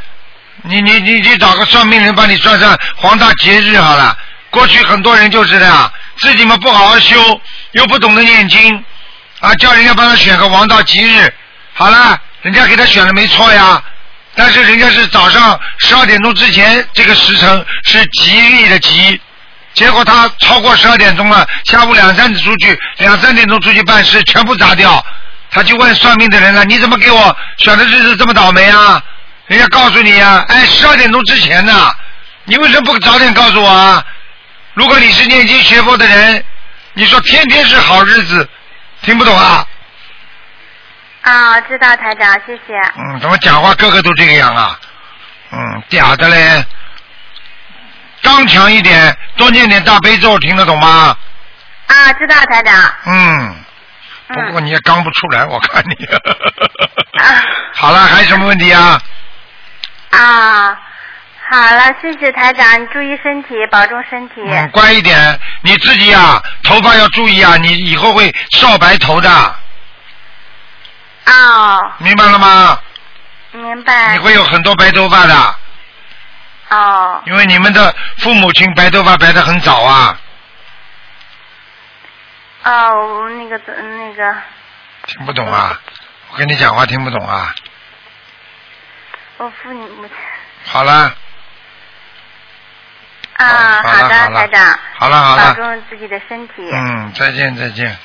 S1: 你你你去找个算命人帮你算算黄道节日好了。过去很多人就是这样，自己嘛不好好修，又不懂得念经，啊，叫人家帮他选个黄道吉日，好了，人家给他选了没错呀。但是人家是早上十二点钟之前这个时辰是吉利的吉，结果他超过十二点钟了，下午两三点出去，两三点钟出去办事，全部砸掉。他就问算命的人了，你怎么给我选的日子这么倒霉啊？人家告诉你啊，哎，十二点钟之前呢、你为什么不早点告诉我啊？如果你是念经学佛的人，你说天天是好日子，听不懂啊？
S5: 啊，知道台长，谢谢。
S1: 嗯，怎么讲话个个都这个样啊？嗯，嗲的嘞，刚强一点，多念点大悲咒，听得懂吗？
S5: 啊，知道台长。
S1: 嗯，
S5: 啊
S1: 不过你也刚不出来，我看你。 好了，还有什么问题啊？
S5: 啊，好了，谢谢台长，你注意身体，保重身体。
S1: 嗯，乖一点，你自己啊，头发要注意啊，你以后会少白头的，
S5: 哦，
S1: 明白了吗？
S5: 明白。
S1: 你会有很多白头发的，
S5: 哦，
S1: 因为你们的父母亲白头发白得很早啊，
S5: 哦，那个嗯那个，
S1: 听不懂啊？我跟你讲话听不懂啊？
S5: 我哦父母母亲
S1: 好了，
S5: 啊，
S1: 好了
S5: 好的，
S1: 好了
S5: 台长，
S1: 好了，好
S5: 保
S1: 了，
S5: 重自己的身体。
S1: 嗯，再见，再见。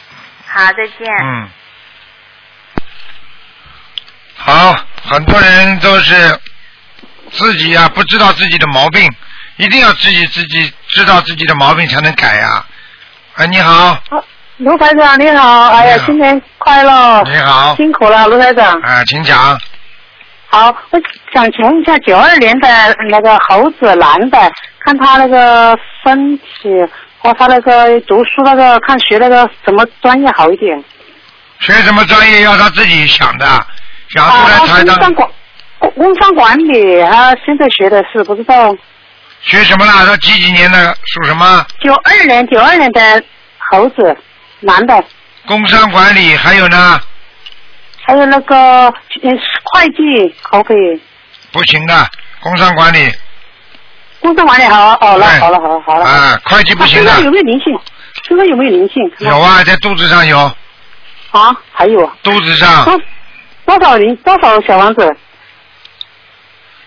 S5: 好，再见。
S1: 嗯，好，很多人都是自己啊，不知道自己的毛病，一定要自己自己知道自己的毛病才能改呀、啊。哎，你好，
S3: 卢台长你好，哎呀，新年快乐！
S1: 你好
S3: 辛苦了，卢台长。
S1: 啊，请讲。
S3: 好，我想请问一下，九二年的那个猴子男的，看他那个身体和他那个读书那个看学那个什么专业好一点？
S1: 学什么专业要他自己想的，想出来
S3: 啊，
S1: 才
S3: 工
S1: 能
S3: 商管工商管理，他现在学的是不知道
S1: 学什么啦？他几几年的？属什么？
S3: 九二年九二年的猴子男的，
S1: 工商管理，还有呢？
S3: 还有那个呃会计可不可以？
S1: 不行的，工商管理
S3: 工作完了，好，好了，
S1: 对
S3: 好了，好了，好了。
S1: 哎啊会计不行的
S3: 他身上有没有灵性？身上有没有灵性？
S1: 有啊，在肚子上有，
S3: 啊，还有啊。
S1: 肚子上
S3: 多多少灵？多少小王子？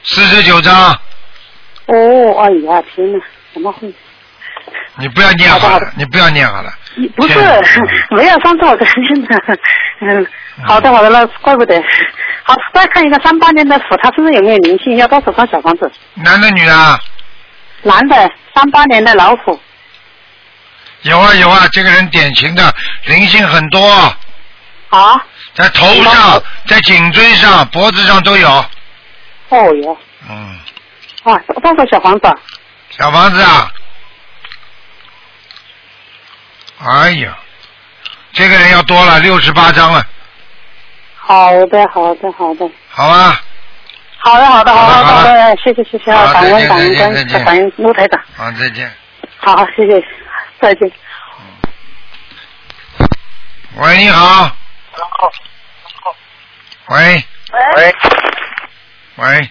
S1: 四十九张，
S3: 哦，哎呀，天哪，怎么会？
S1: 你不要念好了，你不要念好了。
S3: 不是，没有，上次我跟真的， 嗯， 好的，好的，那怪不得。好，再看一个三八年的虎，他身上有没有灵性？要多少张小房子？
S1: 男的女的啊？
S3: 男的，三八年的老虎。
S1: 有啊有啊，这个人典型的灵性很多。
S3: 啊？
S1: 在头上、在颈椎上、脖子上都有。
S3: 哦哟。
S1: 嗯。
S3: 啊，多少小房子？
S1: 小房子啊，哎呀，这个人要多了六十八张了，
S3: 好的，好的，好的。
S1: 好吧？
S3: 好的，好的，好的，好的，谢谢，谢谢，
S1: 好
S3: 感
S1: 再
S3: 恩，
S1: 见
S3: 感
S1: 再见
S3: 恩，感恩
S1: 再见
S3: 感恩陆台长，
S1: 好，再见。
S3: 好，谢谢，再见。
S1: 喂，你
S3: 哦
S1: 好。喂
S11: 喂
S1: 喂，
S11: 喂，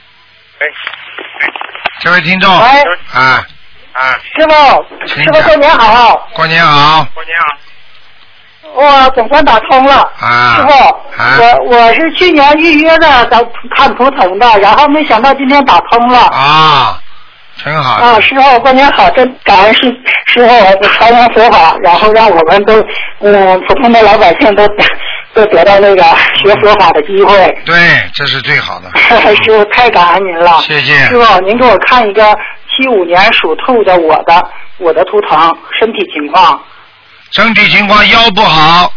S1: 这位听众。
S11: 喂
S1: 啊，
S11: 啊，
S12: 师傅，
S1: 请
S12: 师傅
S1: 讲
S12: 过年
S3: 啊
S12: 好，
S1: 过年好
S11: 过年好，
S12: 我总算打通了。
S1: 啊。
S12: 师傅，
S1: 啊。
S12: 我我是去年预约的，咱看图腾的，然后没想到今天打通了。
S1: 啊，很好。
S12: 啊，师傅过年好，真感恩师师傅传扬佛法，然后让我们都嗯普通的老百姓都都得到那个学佛法的机会。
S1: 对，这是最好的。
S12: 师傅太感恩您了，
S1: 谢谢
S12: 师傅，您给我看一个七五年属兔的我的我的图腾身体情况
S1: 身体情况腰不好，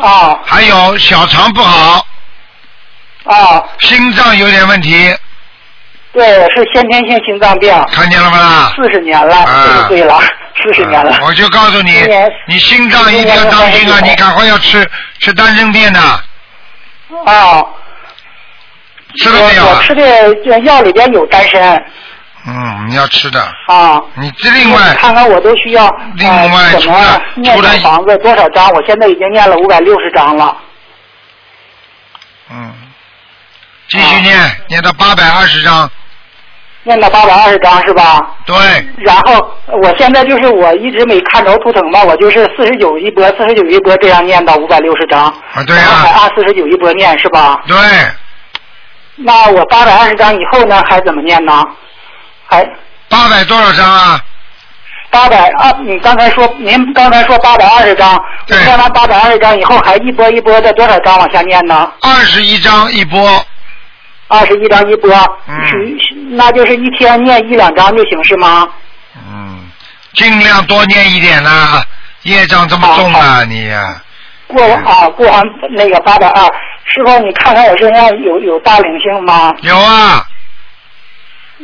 S12: 啊
S1: 还有小肠不好，
S12: 啊，
S1: 心脏有点问题，
S3: 对，是先天性心脏病。
S1: 看见了吗啦？
S3: 四十年了，
S1: 啊
S3: 对了，四十年了。
S1: 我就告诉你
S3: 今年，
S1: 你心脏一定要当心啊！你赶快要吃吃丹参片呐、
S3: 啊。
S1: 吃了没有
S3: 我
S1: 啊
S3: 我吃的药里边有丹参
S1: 嗯，你要吃的。
S3: 啊。
S1: 你这另外
S3: 看看我都需要。另
S1: 外
S3: 怎么念小房子多少章？我现在已经念了五百六十章了。
S1: 嗯，继续
S3: 啊
S1: 念，念到八百二十章。
S3: 念到八百二十章是吧？
S1: 对，
S3: 然后呃我现在就是我一直没看着图腾嘛，我就是四十九一波，四十九一波这样念到五百六十章，
S1: 啊对
S3: 然后
S1: 呀、
S3: 还按四十九一波念是吧？
S1: 对，
S3: 那我八百二十章以后呢，还怎么念呢？还
S1: 八百多少章啊？
S3: 八百二，你刚才说您刚才说八百二十章，我念完八百二十章以后还一波一波的多少章往下念呢？
S1: 二十一章一波。
S3: 二十一章一波，
S1: 嗯，
S3: 那就是一天念一两章就行是吗？
S1: 嗯尽量多念一点啦、业障这么重啊你呀、
S3: 过
S1: 嗯
S3: 啊，过完那个八百二，师傅，你看看我身上有有大灵性吗？
S1: 有啊，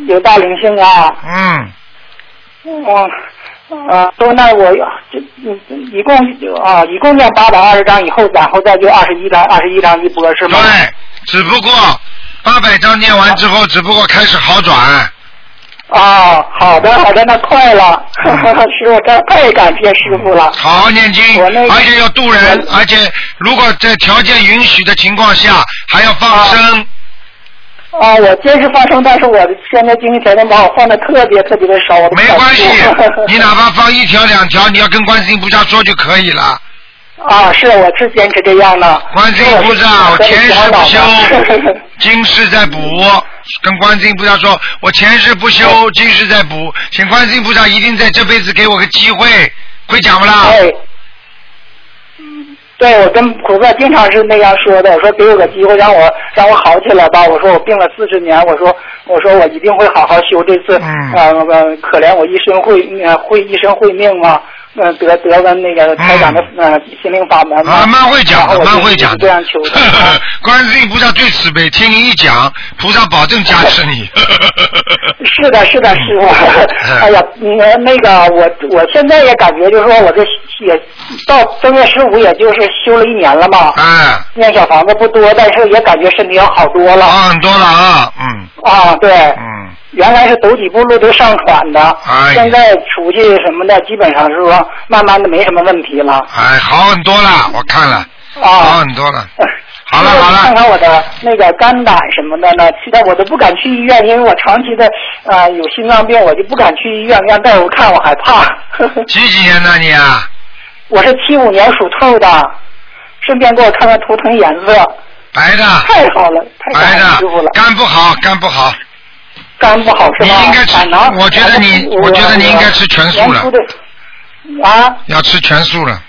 S3: 有大灵性啊，
S1: 嗯，
S3: 嗯。啊，都那我这嗯一共啊，一共念八百二十章以后，然后再就二十一章，二十一章一波是吗？
S1: 对，只不过八百章念完之后，只不过开始好转。
S3: 啊，好的好的，那快了，
S1: 嗯
S3: 师傅，这太感谢师傅了。
S1: 好好念经，而且要渡人，而且如果在条件允许的情况下，还要放生。
S3: 啊，我真是放生，但是我现在经济条件把我放的特别特别的少，我没
S1: 没 关系，你哪怕放一条两条，你要跟观世音菩萨说就可以了。
S3: 啊，是我是坚持这样的。
S1: 观世音菩萨，我前世不 修，今世在补。跟观世音菩萨说，我前世不修，今世在补，请观世音菩萨一定在这辈子给我个机会，会讲不啦？
S3: 对，哎对我跟苦哥经常是那样说的，我说给我个机会让我让我好起来吧，我说我病了四十年，我说我说我一定会好好修这次，
S1: 哎
S3: 嗯、呃，可怜我一身会呃会一身会命啊。嗯，得得了那个开展的嗯心灵法门
S1: 哎啊，蛮会讲的，
S3: 然后我就
S1: 蛮会讲
S3: 这
S1: 的
S3: 样求的。啊
S1: 观世音菩萨最慈悲，听你一讲，菩萨保证加持你。
S3: 是的，是的，师傅。
S1: 嗯
S3: 哎呀，你那个我我现在也感觉就是说我这也到正月十五，也就是修了一年了嘛。
S1: 嗯。
S3: 念小房子不多，但是也感觉身体要好多了。
S1: 啊，很多了啊，嗯。
S3: 啊，对。
S1: 嗯。
S3: 原来是走几步路都上喘的，
S1: 哎呀
S3: 现在出去什么的，基本上是说慢慢的没什么问题了。
S1: 哎，好很多了，我看了，好
S3: 啊，
S1: 很多哦了。
S3: 好了好了，看看我的那个肝胆什么的呢？其他我都不敢去医院，因为我长期的呃有心脏病，我就不敢去医院让大夫看，我害怕。
S1: 几几年的你啊？
S3: 我是七五年属兔的，顺便给我看看图腾颜色。
S1: 白的。
S3: 太好了，太感
S1: 哎
S3: 恩师傅了。
S1: 肝不好，肝不好。
S3: 肝不好是吧？
S1: 你应该吃
S3: 胆囊
S1: 我觉得你
S3: 胆囊
S1: 我觉得你应该吃全素了
S3: 年初的啊，
S1: 要吃全素了，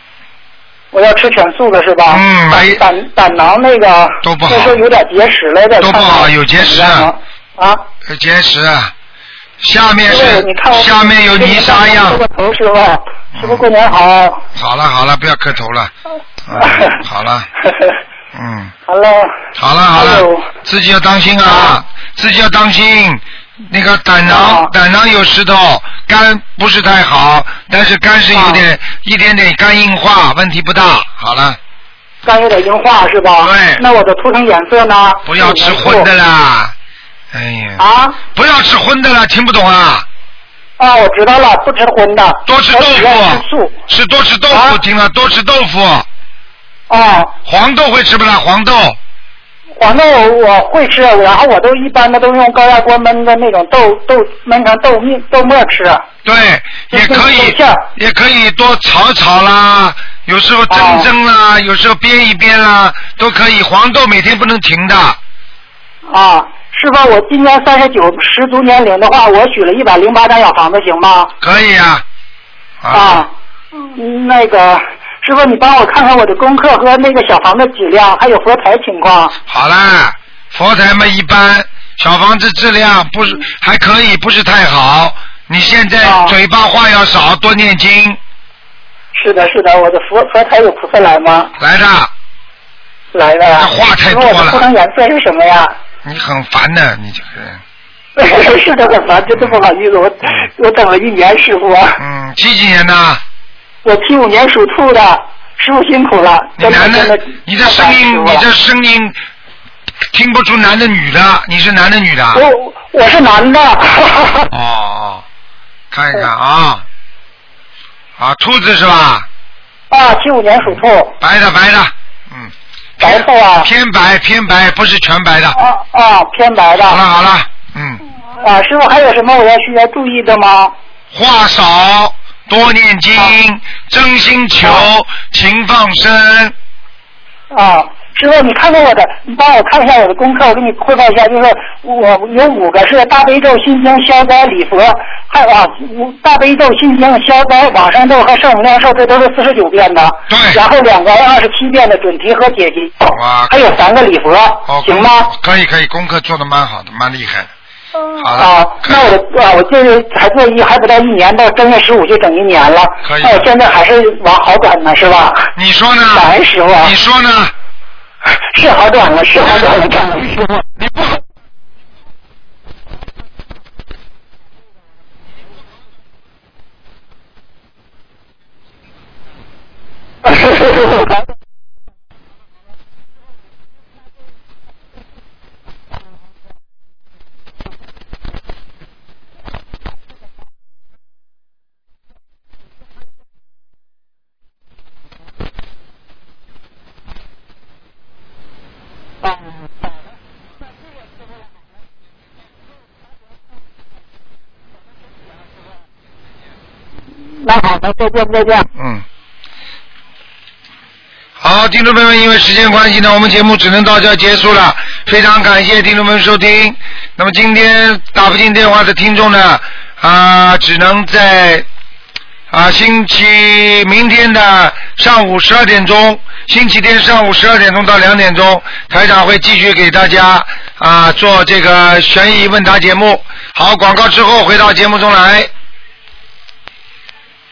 S3: 我要吃全素了是吧？
S1: 嗯没
S3: 胆胆胆囊那个
S1: 都不好
S3: 那时候有点结石来的，
S1: 都不好，有结石啊，
S3: 啊。
S1: 有结石啊。下面
S3: 对
S1: 是
S3: 你看我
S1: 下面有泥沙样嗯
S3: 师。傅头师傅，师傅过年好。
S1: 好了好了，不要磕头了。嗯，好 了，嗯，
S3: 好了，哎
S1: 好了好了，自己要当心啊，自己要当心。那个胆
S3: 啊
S1: 囊胆囊有石头，肝不是太好，但是肝是有点一点点肝硬化，问题不大。好了，
S3: 肝有点硬化是吧？对。那我的图腾颜色呢？
S1: 不要吃荤的啦。哎呀。
S3: 啊。
S1: 不要吃荤的啦，听不懂啊？
S3: 啊，我知道了，不吃荤的。
S1: 多吃豆腐，吃多吃豆腐，
S3: 啊
S1: 听了多吃豆腐。
S3: 哦。
S1: 黄豆会吃不啦？黄豆。
S3: 黄豆我会吃，然后我都一般的都用高压锅焖的那种豆豆焖成豆面豆沫吃。
S1: 对，也可以
S3: 豆馅儿，
S1: 也可以多炒炒啦，有时候蒸蒸啦，
S3: 啊
S1: 有时候煸一煸啦，都可以。黄豆每天不能停的，
S3: 啊，师傅，我今年三十九，十足年龄的话，我许了一百零八张小房子，行吗？
S1: 可以啊。
S3: 啊，嗯那个师傅，你帮我看看我的功课和那个小房子质量，还有佛台情况。
S1: 好啦，佛台嘛一般，小房子质量不是还可以，不是太好。你现
S3: 啊
S1: 在嘴巴话要少，多念经。
S3: 是的，是的，我的佛佛台有菩萨来吗？
S1: 来的，
S3: 来的。
S1: 话太多了
S3: 师傅我的图腾颜色是什么呀？
S1: 你很烦的，你这个人。
S3: 是的很烦，真的不好意思，我我等了一年，师傅。
S1: 嗯，几几年的？
S3: 我七五年属兔的，师傅辛苦了。
S1: 你男的，你这声音，
S3: 太
S1: 你
S3: 感谢
S1: 这声音听不出男的女的，你是男的女的？
S3: 我我是男的。
S1: 啊哦哦，看一看啊，啊，兔子是吧？
S3: 啊，七五年属兔。
S1: 白的白的，嗯。白
S3: 兔啊。
S1: 偏白偏白，不是全白的。
S3: 啊，偏白的。好了
S1: 好了，
S3: 嗯。啊，师傅还有什么我要需要注意的吗？
S1: 话少，多念经，真心求，勤放生。
S3: 啊，师傅，你看看我的，你帮我看一下我的功课，我给你汇报一下，就是我有五个是大悲咒、心经、消灾、礼佛，还有啊，五大悲咒、心经、消灾、往生咒和圣母亮寿，这都是四十九遍的。对。然后两个二十七遍的准提和解题，
S1: 哇。
S3: 还有三个礼佛，
S1: 哦，
S3: 行吗？
S1: 功？可以可以，功课做的蛮好的，蛮厉害的。好了，
S3: 啊，那我的啊，我这个还做一还不到一年，到正月十五就整一年了。
S1: 可以啊
S3: 那我现在还是往好转呢，是吧？
S1: 你说呢？
S3: 感恩师傅啊。
S1: 你说呢？
S3: 是好转了，是好转了，感恩师傅。你不那好的，再见再见。
S1: 嗯。好，听众朋友们，因为时间关系呢，我们节目只能到这儿结束了。非常感谢听众朋友们收听。那么今天打不进电话的听众呢，啊、只能在啊，星期明天的上午十二点钟，星期天上午十二点钟到两点钟，台长会继续给大家啊做这个悬疑问答节目。好，广告之后回到节目中来。